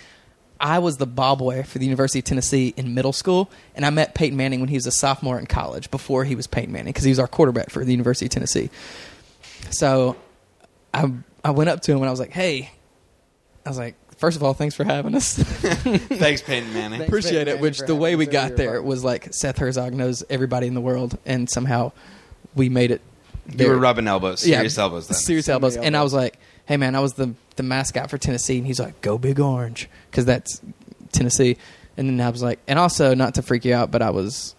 I was the ball boy for the University of Tennessee in middle school, and I met Peyton Manning when he was a sophomore in college. Before he was Peyton Manning, because he was our quarterback for the University of Tennessee. So, I I went up to him and I was like, "Hey," I was like, first of all, thanks for having us."
*laughs* Thanks, Peyton Manning.
Thanks.
*laughs* appreciate
Thank
it.
you
Which
for
the
having
way
us
we
over
got
here,
there
Bob.
was like Seth Herzog knows everybody in the world, and somehow we made it.
You were
there.
rubbing elbows, serious elbows. Then.
Serious
So many
elbows. And I
elbows.
was like, hey, man, I was the, the mascot for Tennessee. And he's like, go big orange, because that's Tennessee. And then I was like, and also, not to freak you out, but I was,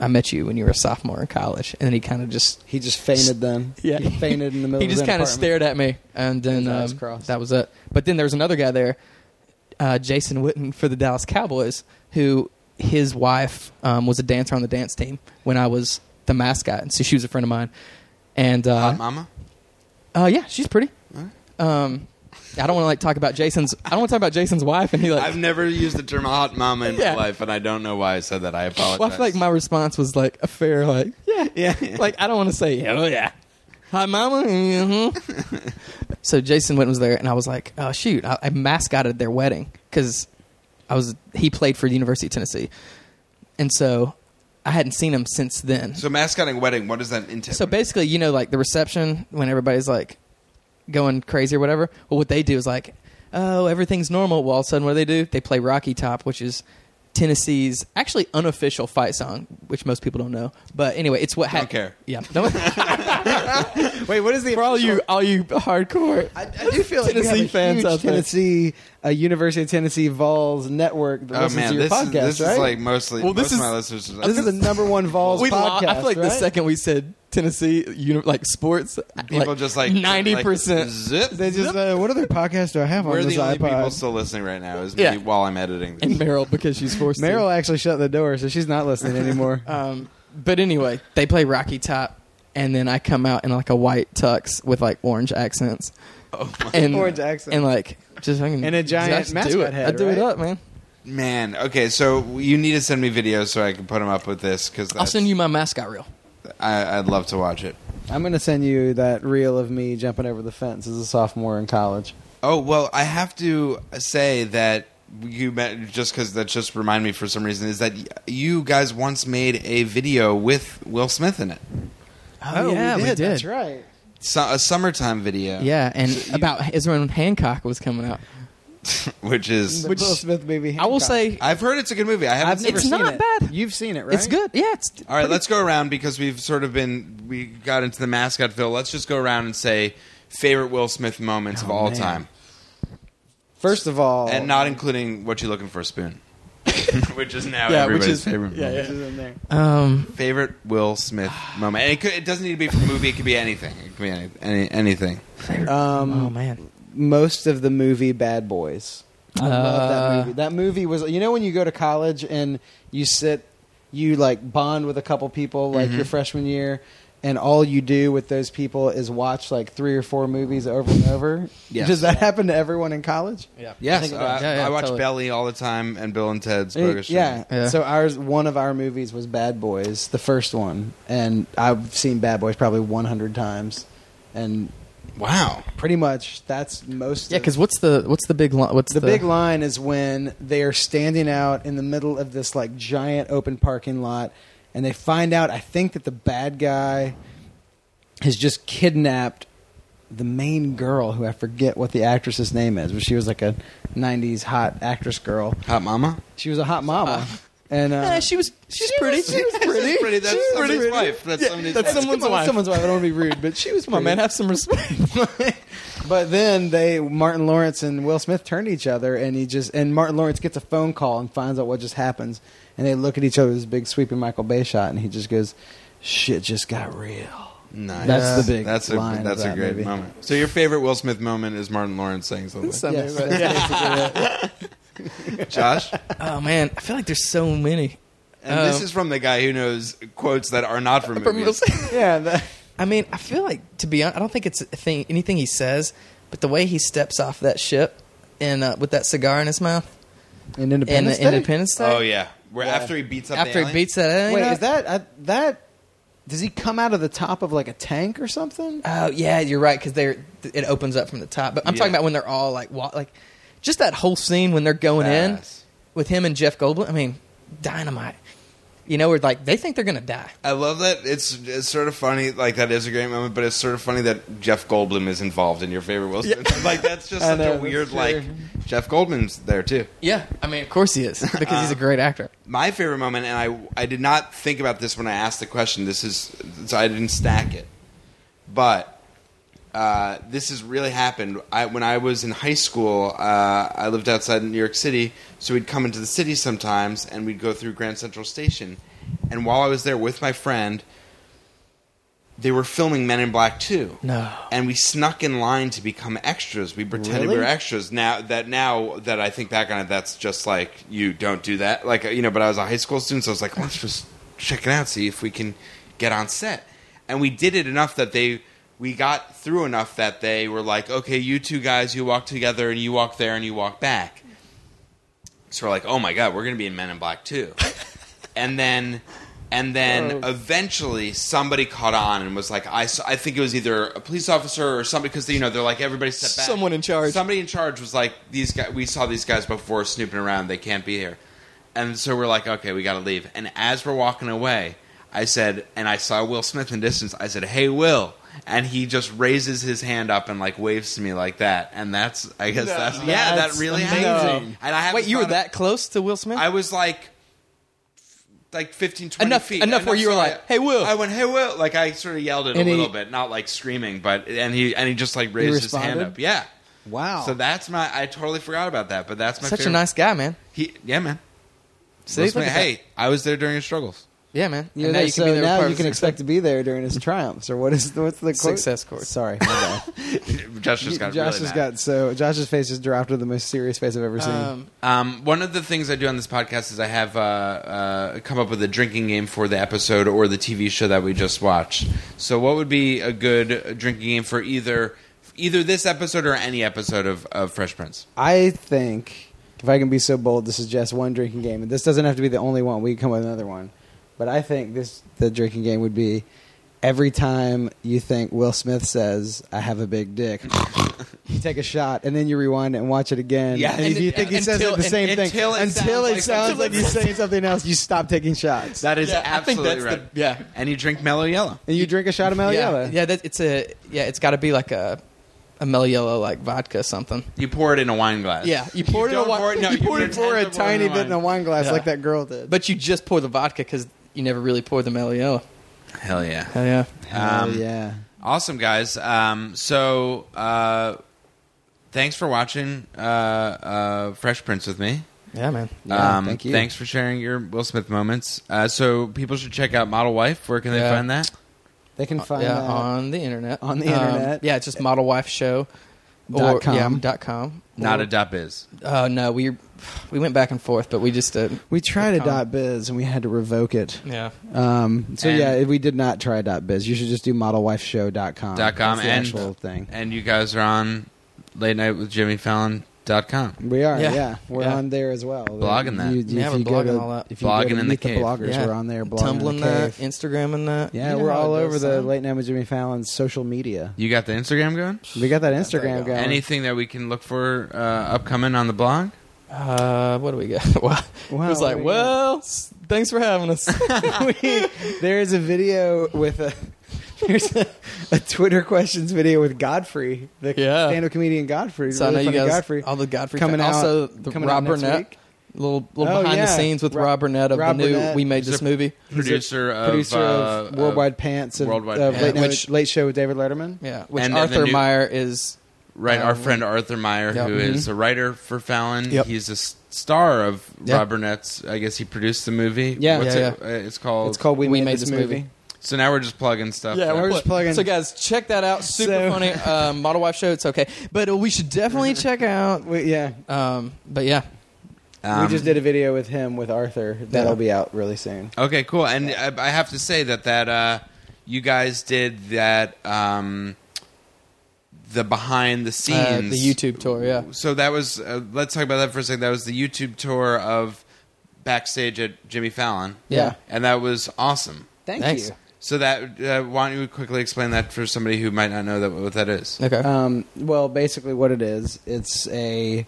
I met you when you were a sophomore in college. And then he kind of just,
He just fainted then.
Yeah.
*laughs* he fainted in the middle.
he
of
just
an
kind of
apartment.
stared at me. And then
His eyes
um,
crossed.
that was it. But then there was another guy there, uh, Jason Witten for the Dallas Cowboys, who his wife um, was a dancer on the dance team when I was the mascot. And so she was a friend of mine. And uh,
Hot mama.
uh, yeah, she's pretty. Um, I don't want to like talk about Jason's. I don't want to talk about Jason's wife, and he like.
I've never used the term hot mama in
Yeah.
my life, and I don't know why I said that. I apologize.
well, I feel like my response was like a fair, like yeah,
*laughs* Yeah.
Like I don't want to say hell yeah. Hi, mama. hmm
*laughs*
so Jason Witten was there, and I was like, oh shoot, I, I mascoted their wedding because I was he played for the University of Tennessee, and so I hadn't seen him since then.
So mascot and wedding. What does that entail?
So basically, you know, like the reception when everybody's like going crazy or whatever. Well, what they do is like, oh, everything's normal. Well, all of a sudden, what do they do? They play Rocky Top, which is Tennessee's actually unofficial fight song, which most people don't know. But anyway, it's what
Don't
happened.
care.
Yeah.
*laughs*
Don't-
Wait, what is the
for all you, all you hardcore.
I, I do feel like we
Tennessee
have a
fans
huge
out there.
Tennessee, uh, University of Tennessee Vols network that
oh
listens
man,
to your
this,
podcast,
is, this
right?
is like mostly.
Well,
Well, most
this is-
of my listeners are like,
this is the number one Vols
*laughs* We
podcast.
lost- I feel like the
right?
second we said Tennessee, uni- like sports,
people just like
ninety percent.
Like, zip.
They just uh, what other podcast do I have
We're
on
the
this
only people
iPod?
still listening right now. Is me
Yeah.
while I'm editing. This.
and Meryl because she's forced. to.
Meryl actually shut the door, so she's not listening
*laughs*
anymore.
Um, but anyway, they play Rocky Top, and then I come out in like a white tux with like orange accents. and,
Orange accents.
and like just fucking
And a giant
I just do
mascot
it.
head,
I do
right?
it up, man.
Man, okay, so you need to send me videos so I can put them up with this because
I'll send you my mascot reel.
I, I'd love to watch it.
I'm going to send you that reel of me jumping over the fence as a sophomore in college.
Oh well, I have to say that you met just because that just reminded me for some reason is that y- you guys once made a video with Will Smith in it,
Oh,
yeah, Oh, we did.
That's right.
so, a summertime video.
Yeah, and about is when Hancock was coming out.
which is
The Will Smith movie.
I will
Hancock.
say
I've heard it's a good movie. I haven't.
I've never
it's
seen
not
it.
bad.
You've seen it, right?
it's good. Yeah, it's
All right, let's go around because we've sort of been we got into the mascot Phil. Let's just go around and say favorite Will Smith moments
Oh,
of all
man.
time,
First of all,
and not including what you looking for, Spoon, *laughs* which is now
Yeah, which
everybody's
is-
favorite. moment.
This is in there.
um
Favorite Will Smith moment. And it, could, it doesn't need to be from a movie. It could be anything. It could be any, any, anything.
Um,
oh man.
most of the movie Bad Boys. I love that
Uh,
movie. That movie was you know when you go to college and you sit you like bond with a couple people
Mm-hmm.
like your freshman year and all you do with those people is watch like three or four movies over and over.
Yes.
Does that happen to everyone in college?
Yeah.
Yes,
think
uh,
it does. Yeah, yeah,
I watch
totally.
Belly all the time and Bill and Ted's Burger
It- yeah.
Yeah.
So ours one of our movies was Bad Boys, the first one, and I've seen Bad Boys probably 100 times and
Wow.
pretty much that's most
Yeah,
of-
because what's the what's the big line? What's
The
the,
big line is when they are standing out in the middle of this like giant open parking lot, and they find out. I think that the bad guy has just kidnapped the main girl, who I forget what the actress's name is, but she was like a '90s hot actress girl.
Hot Mama?
She was a hot mama, and uh, *laughs*
Yeah, she was she's pretty. she *laughs* was pretty.
Pretty, that's
She was
somebody's
pretty.
wife. That's
Yeah,
somebody's
that's
wife.
someone's
come on,
wife.
Someone's wife. I don't want to be rude, but she was
Come on,
pretty.
man, have some respect.
*laughs* But then they Martin Lawrence and Will Smith turn to each other, and he just and Martin Lawrence gets a phone call and finds out what just happens, and they look at each other with this big sweeping Michael Bay shot, and he just goes, "Shit just got real."
Nice.
That's the big
That's a,
line of
that's a
that
great
movie.
moment. So your favorite Will Smith moment is Martin Lawrence saying something.
Something.
*laughs* Yes, that's basically it.
Josh?
Oh man, I feel like there's so many.
*laughs* And this
Um,
is from the guy who knows quotes that are not from
from Will
movies.
Smith.
Yeah, that,
I mean, I feel like to be honest, I don't think it's a thing, anything he says, but the way he steps off that ship and uh, with that cigar in his mouth
and
and
Independence
the Independence Day.
Oh yeah, where after he beats up the
After he
alien?
beats that,
Day. Wait, is that uh, that? Does he come out of the top of like a tank or something?
Oh yeah, you're right because they're th- it opens up from the top. But I'm
Yeah.
talking about when they're all like wa- like just that whole scene when they're going
Badass.
in with him and Jeff Goldblum. I mean, dynamite. You know, where like they think they're gonna die.
I love that. It's, it's sort of funny. Like that is a great moment, but it's sort of funny that Jeff Goldblum is involved in your favorite Will Smith. *laughs* like that's just
I
such
know,
a
that's
weird.
true.
Like Jeff Goldblum's there too.
Yeah, I mean, of course he is *laughs* because he's a great actor.
My favorite moment, and I I did not think about this when I asked the question. This is so I didn't stack it, but. Uh, this has really happened. I, when I was in high school, uh, I lived outside in New York City, so we'd come into the city sometimes, and we'd go through Grand Central Station. And while I was there with my friend, they were filming Men in Black 2.
No.
And we snuck in line to become extras. We pretended we
Really?
were extras. Now that now that I think back on it, that's just like you don't do that. Like you know, but I was a high school student, so I was like, let's just check it out, see if we can get on set. And we did it enough that they we got through enough that they were like, okay, you two guys, you walk together and you walk there and you walk back. So we're like, oh my god, we're gonna be in Men in Black too. and then And then eventually somebody caught on and was like, I, saw, I think it was either a police officer or somebody, because, you know, they're like, everybody step back.
Someone in charge.
Somebody in charge was like, these guys, we saw these guys before snooping around. They can't be here. And so we're like, okay, we got to leave. And as we're walking away, I said, and I saw Will Smith in distance. I said, hey, Will. And he just raises his hand up and like waves to me like that. And that's, I guess that's, yeah, that
That's
really
amazing.
happened. And I haven't
Wait, you were
thought of-
that close to Will
*laughs*
Smith?
I was like, f- like 15, 20
Enough-
feet.
enough where you were
so
like,
I-
"Hey, Will."
I went, hey, Will. Like, I sort of yelled it
And
a
he-
little bit, not like screaming, but, and he, and he just like raised his hand
responded?
up. Yeah.
Wow.
So that's my, I totally forgot about that, but that's my
Oh. Such a
favorite-
nice guy, man.
He, yeah, man.
See,
Will Smith,
look at
hey, I was there during your struggles.
that. yeah, man.
You're
And
there,
you
so
can be there
now
part
you
of
can
the
expect to be there during his triumphs, or what is what's the quote?
Success court.
Sorry, my bad.
Josh just got
Josh
really
has
mad.
got so Josh's face has dropped to the most serious face I've ever seen.
Um,
Um, one of the things I do on this podcast is I have uh, uh, come up with a drinking game for the episode or the TV show that we just watched. So, what would be a good drinking game for either either this episode or any episode of, of Fresh Prince?
I think if I can be so bold to suggest one drinking game, and this doesn't have to be the only one, we can come up with another one. But I think this the drinking game would be every time you think Will Smith says, I have a big dick, *laughs* you take a shot and then you rewind it and watch it again.
Yeah.
And, if
And-
you think he
and-
says
until-
it the same
and-
thing
until it
until
sounds
it
like-
sounds like he's saying something else, you stop taking shots.
That is
Yeah, I think
absolutely
that's the-
right.
yeah.
and you drink Mellow Yellow.
and you drink a shot of Mellow
yeah,
Yellow.
yeah. That, it's a yeah. It's got to be like a a mellow yellow like vodka or something.
You pour it in a wine glass.
Yeah, you pour it in a
don't
wine.
pour it- no,
*laughs* you
you
pour it,
pretend
for
to
a
pour it
tiny
in
bit
wine.
in a wine glass
Yeah.
like that girl did.
But you just pour the vodka because you never really pour the mellow yellow.
Hell yeah.
Hell yeah.
Hell
Um,
yeah.
Awesome, guys. Um, so, uh, thanks for watching uh, uh, Fresh Prince with me.
Yeah, man.
Yeah,
um,
thank you.
Thanks for sharing your Will Smith moments. Uh, so people should check out Model Wife. Where can they
Yeah.
find that?
They
Uh,
can find
yeah,
that.
on the internet.
On the
Um,
internet.
yeah, it's just Model Wife Show.
Dot com.
Yeah, dot com.
Not a dot biz.
Oh no, we we went back and forth, but we just uh,
We tried a
Dot com.
dot biz and we had to revoke it.
yeah.
Um, so
And-
yeah, we did not try dot biz. You should just do modelwifeshow.com.
Dot com
That's the
and
actual thing.
And you guys are on Late Night with Jimmy Fallon dot com.
We are,
Yeah.
yeah. We're
Yeah.
on there as well.
Blogging that.
Yeah,
if
we're
go
blogging
to-
all that.
If you go
Blogging in
to
the
Meet
cave.
bloggers,
Yeah.
we're on there. Blogging
Tumbling
in the
that,
cave.
Instagramming that.
yeah,
You know
we're
how
all
it
over
goes,
the
son.
late night with Jimmy Fallon's social media.
You got the Instagram going?
We got that Instagram
go.
going.
Anything that we can look for uh, upcoming on the blog?
Uh, what do we got? *laughs* wow.
Wow,
it was
what
like,
do we got?
well, s- thanks for
*laughs*
having us. *laughs*
We- there is a video with a *laughs* there's a, a Twitter questions video with Godfrey, the
Yeah.
stand-up comedian Godfrey.
so I
really
know you
funny
guys,
Godfrey.
all the Godfrey
coming
fa-
out-
also the
coming
Rob
out next
Burnett,
week.
little little
Oh,
behind the
yeah.
scenes with
Rob-
Rob Burnett of
Rob
the new
Burnett.
we made this movie.
Producer of,
producer of
uh,
Worldwide Pants of,
Worldwide
of
Pants.
late, Night-
Which-
late show with David Letterman.
Yeah, which
And then the
Arthur
new-
Meyer is.
Right, our
Um,
friend Arthur Meyer,
yeah,
who is
mhm.
Mm-hmm.
a writer for Fallon,
Yep.
he's a s- star of
Yeah.
Rob Burnett's. I guess he produced the movie.
Yeah.
What's
Yeah,
it? Uh, it's called.
It's called We, made, this, movie.
So now we're just plugging stuff.
Yeah,
up.
we're just plugging-
So guys, check that out. Super
So- *laughs*
funny uh, model wife show. It's okay, but uh, we should definitely check out.
We, yeah,
Um, but yeah,
Um,
we just did a video with him with Arthur that'll
Yeah.
be out really soon.
Okay, cool. And I, I have to say that that uh, you guys did that um, the behind the scenes,
uh, the YouTube tour. Yeah,
So that was uh, let's talk about that for a second. That was the YouTube tour of backstage at Jimmy Fallon.
Yeah.
and that was awesome.
Thank
Thanks.
you.
So that uh, why don't you quickly explain that for somebody who might not know that what that is?
Okay.
Um, well, basically, what it is, it's a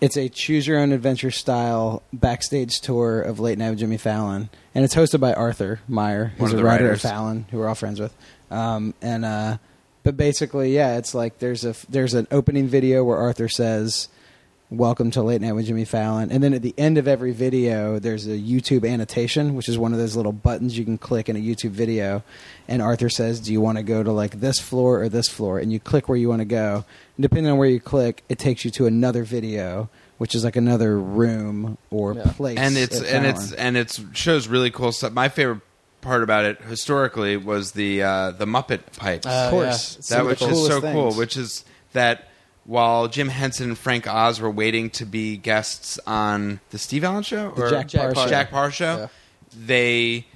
it's a choose your own adventure style backstage tour of Late Night with Jimmy Fallon, and it's hosted by Arthur Meyer,
One
who's
of
a
the
writer
writers.
of Fallon, who we're all friends with. Um, and uh, but basically, yeah, it's like there's a there's an opening video where Arthur says. Welcome to Late Night with Jimmy Fallon. And then at the end of every video, there's a YouTube annotation, which is one of those little buttons you can click in a YouTube video. And Arthur says, Do you want to go to like this floor or this floor? And you click where you want to go. And depending on where you click, it takes you to another video, which is like another room or
Yeah.
place.
and it's
at
and it's
Fallon.
and it's shows really cool stuff. My favorite part about it historically was the uh, the Muppet pipes.
Uh,
course.
yeah.
Some
that
of
which
the
is
coolest
so cool,
things.
which is that while Jim Henson and Frank Oz were waiting to be guests on the Steve Allen show or
Jack Jack Parr Parr.
Jack Parr show,
Yeah.
they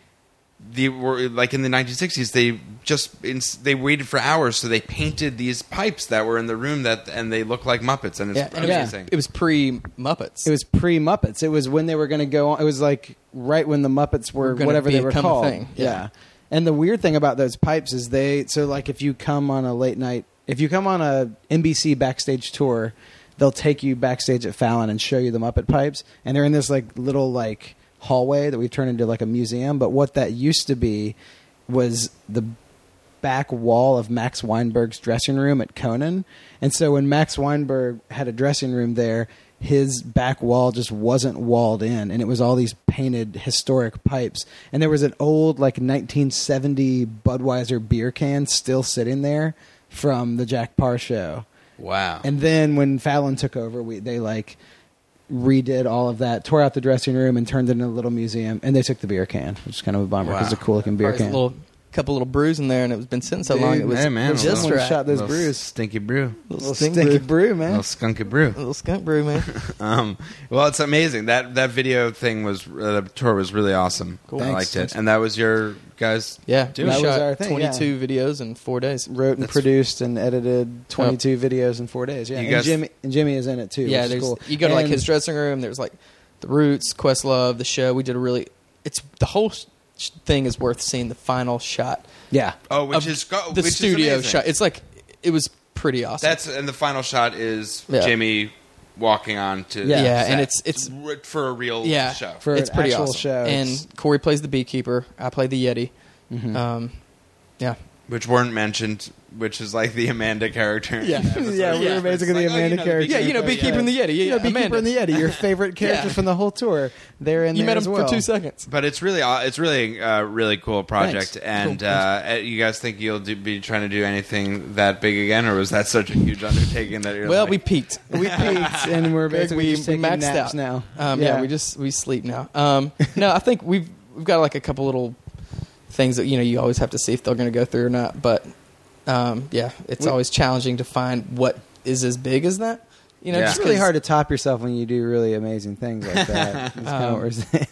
the were like in the 1960s they just in, they waited for hours so they painted these pipes that were in the room that and they look like muppets and it's
Yeah, and it, was,
amazing
it was pre Muppets.
It was pre Muppets. It was when they were going to go on. It was like right when the Muppets were,
Were gonna
whatever they were
become a
called.
thing,
Yeah.
yeah.
And the weird thing about those pipes is they so like if you come on a late night, if you come on a NBC backstage tour, they'll take you backstage at Fallon and show you the Muppet pipes, and they're in this like little like hallway that we've turned into like a museum. But what that used to be was the back wall of Max Weinberg's dressing room at Conan. And so when Max Weinberg had a dressing room there, his back wall just wasn't walled in and it was all these painted historic pipes. And there was an old like 1970 Budweiser beer can still sitting there from the Jack Parr show.
wow
And then when Fallon took over, we they like redid all of that, tore out the dressing room and turned it into a little museum and they took the beer can, which is kind of a bummer because
Wow.
it's a cool looking beer
Probably
can.
a little couple little brews in there, and it was been sitting so long. It was
hey, man,
it was just
someone
right.
shot those
Little
brews.
stinky brew
little
Little
stink
stinky
brew. *laughs*
brew, man.
little skunky brew
little skunk
*laughs*
brew, man.
um, well it's amazing that that video thing was uh, the tour was really awesome i liked
Thanks.
it and that was your guys
Yeah,
doing
we
That
it.
was
shot
our thing, yeah.
22 videos in four days.
wrote and
That's-
produced and edited 22 videos in four days. Yeah,
You
and
guys-
Jimmy and Jimmy is in it too.
yeah,
which is
there's,
cool.
you go to like
And
his dressing room. There's like the Roots, Questlove, the show. We did a really. It's the whole sh- thing is worth seeing the final shot.
Yeah,
oh which
of
is go-
uh, the
which is
studio
amazing.
shot. It's like it was pretty awesome.
that's and the final shot is
Yeah.
jimmy walking on to
Yeah.
yeah,
Yeah,
set
and it's it's
r- for a real
yeah,
show
For
it's
an
pretty
actual
awesome.
show, it's- Mm-hmm.
and Corey plays the beekeeper. I play the yeti. Um, yeah,
which weren't mentioned, which is like the Amanda character. in *laughs*
Yeah.
the episode.
Yeah, we were
It's
basically
like,
the
oh, you
Amanda
know the
character.
yeah, you know,
beekeeper,
beekeeper
yeah.
and the yeti. Yeah,
you know, Beekeeper
Amanda.
and the
*laughs*
Yeti, your favorite characters
Yeah.
from the whole tour. They're in
You
there
met him
as well.
for two seconds.
But it's really, aw- it's really a really cool project.
Thanks.
And
Cool.
uh, eh, you guys think you'll do, be trying to do anything that big again, or was that such a huge undertaking that you're
Well,
like,
*laughs*
we peaked.
*laughs*
We peaked and we're basically
we,
just taking
maxed
naps
out
now.
Um, yeah. we just we sleep now. Um, *laughs* no, I think we've we've got like a couple little things that you know you always have to see if they're going to go through or not. But um, yeah, it's
We-
always challenging to find what is as big as that. You know,
Yeah.
just
It's really
'cause-
hard to top yourself when you do really amazing things
*laughs*
like that. That's kind
Um,
of what we're *laughs* saying.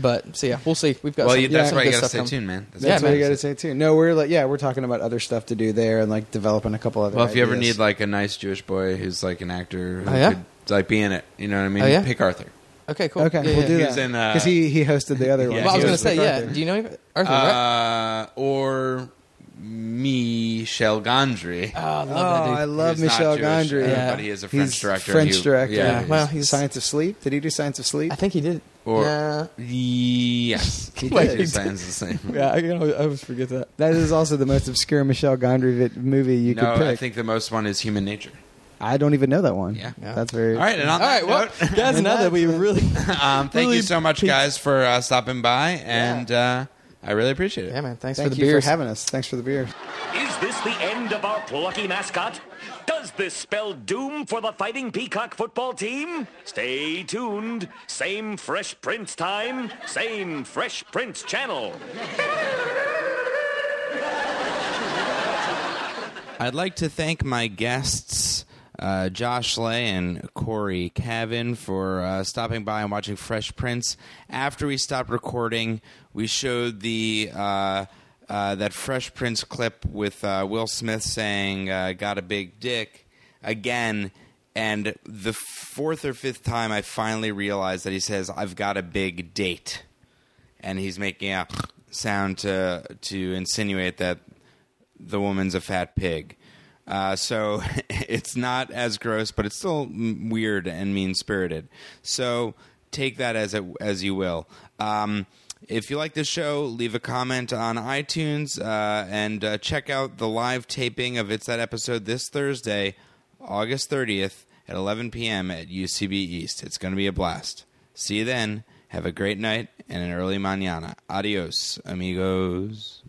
But so yeah, we'll see. We've got
well,
some,
you, that's
some
why you
good
gotta
stuff
stay
coming.
tuned, man. That's
Yeah,
That's
what
what
man.
I'm
you got to
saying.
say too. No, we're like, yeah, we're talking about other stuff to do there and like developing a couple other.
Well, if you ever
ideas.
need like a nice Jewish boy who's like an actor, who
Oh, yeah?
could like be in it, you know what I mean?
Oh, yeah?
Pick Arthur.
Okay, cool.
okay,
Yeah,
we'll
yeah.
do
He
that
was in, uh,
because he he hosted the other one.
Yeah,
Well, I was
he
going to
was
say,
with
yeah. Do you know him? Arthur? right?
Uh, or Michel Gondry.
Oh, I love that
Oh,
dude.
I love
He's not
Michel
Jewish,
Gondry.
uh,
Yeah.
But he is a French
He's
director.
French
He-
director.
Yeah. Well,
he's-
he's-
Science of Sleep. Did he do Science of Sleep?
I think he did.
Or-
Nah. *laughs*
Yes.
He
Like,
did.
his sounds the same.
yeah, I, can always, I always forget that.
That is also the most obscure Michelle Gondry vi- movie you
No,
could pick.
I think the most one is Human Nature.
I don't even know that one.
Yeah.
Yeah.
that's very.
All right, and on
All
that
right, well,
note,
*laughs* guys, now that we really,
um, thank you
really
so much,
peaked.
guys, for uh, stopping by, and uh, I really appreciate it.
yeah, man, thanks
Thank
for the
you
beers.
for having us. Thanks for the beer.
Is this the end of our plucky mascot? Does this spell doom for the Fighting Peacock football team? Stay tuned. Same Fresh Prince time, same Fresh Prince channel.
I'd like to thank my guests, uh, Josh Lay and Corey Cavan, for uh, stopping by and watching Fresh Prince. After we stopped recording, we showed the uh, uh, that Fresh Prince clip with uh, Will Smith saying uh, "Got a big dick" again. And the fourth or fifth time, I finally realized that he says, "I've got a big date," and he's making a sound to to insinuate that the woman's a fat pig. Uh, so *laughs* it's not as gross, but it's still m- weird and mean spirited. So take that as it, as you will. Um, if you like this show, leave a comment on iTunes uh, and uh, check out the live taping of It's That episode this Thursday, August 30th at 11 p.m. at UCB East. It's going to be a blast. See you then. Have a great night and an early mañana. Adios, amigos.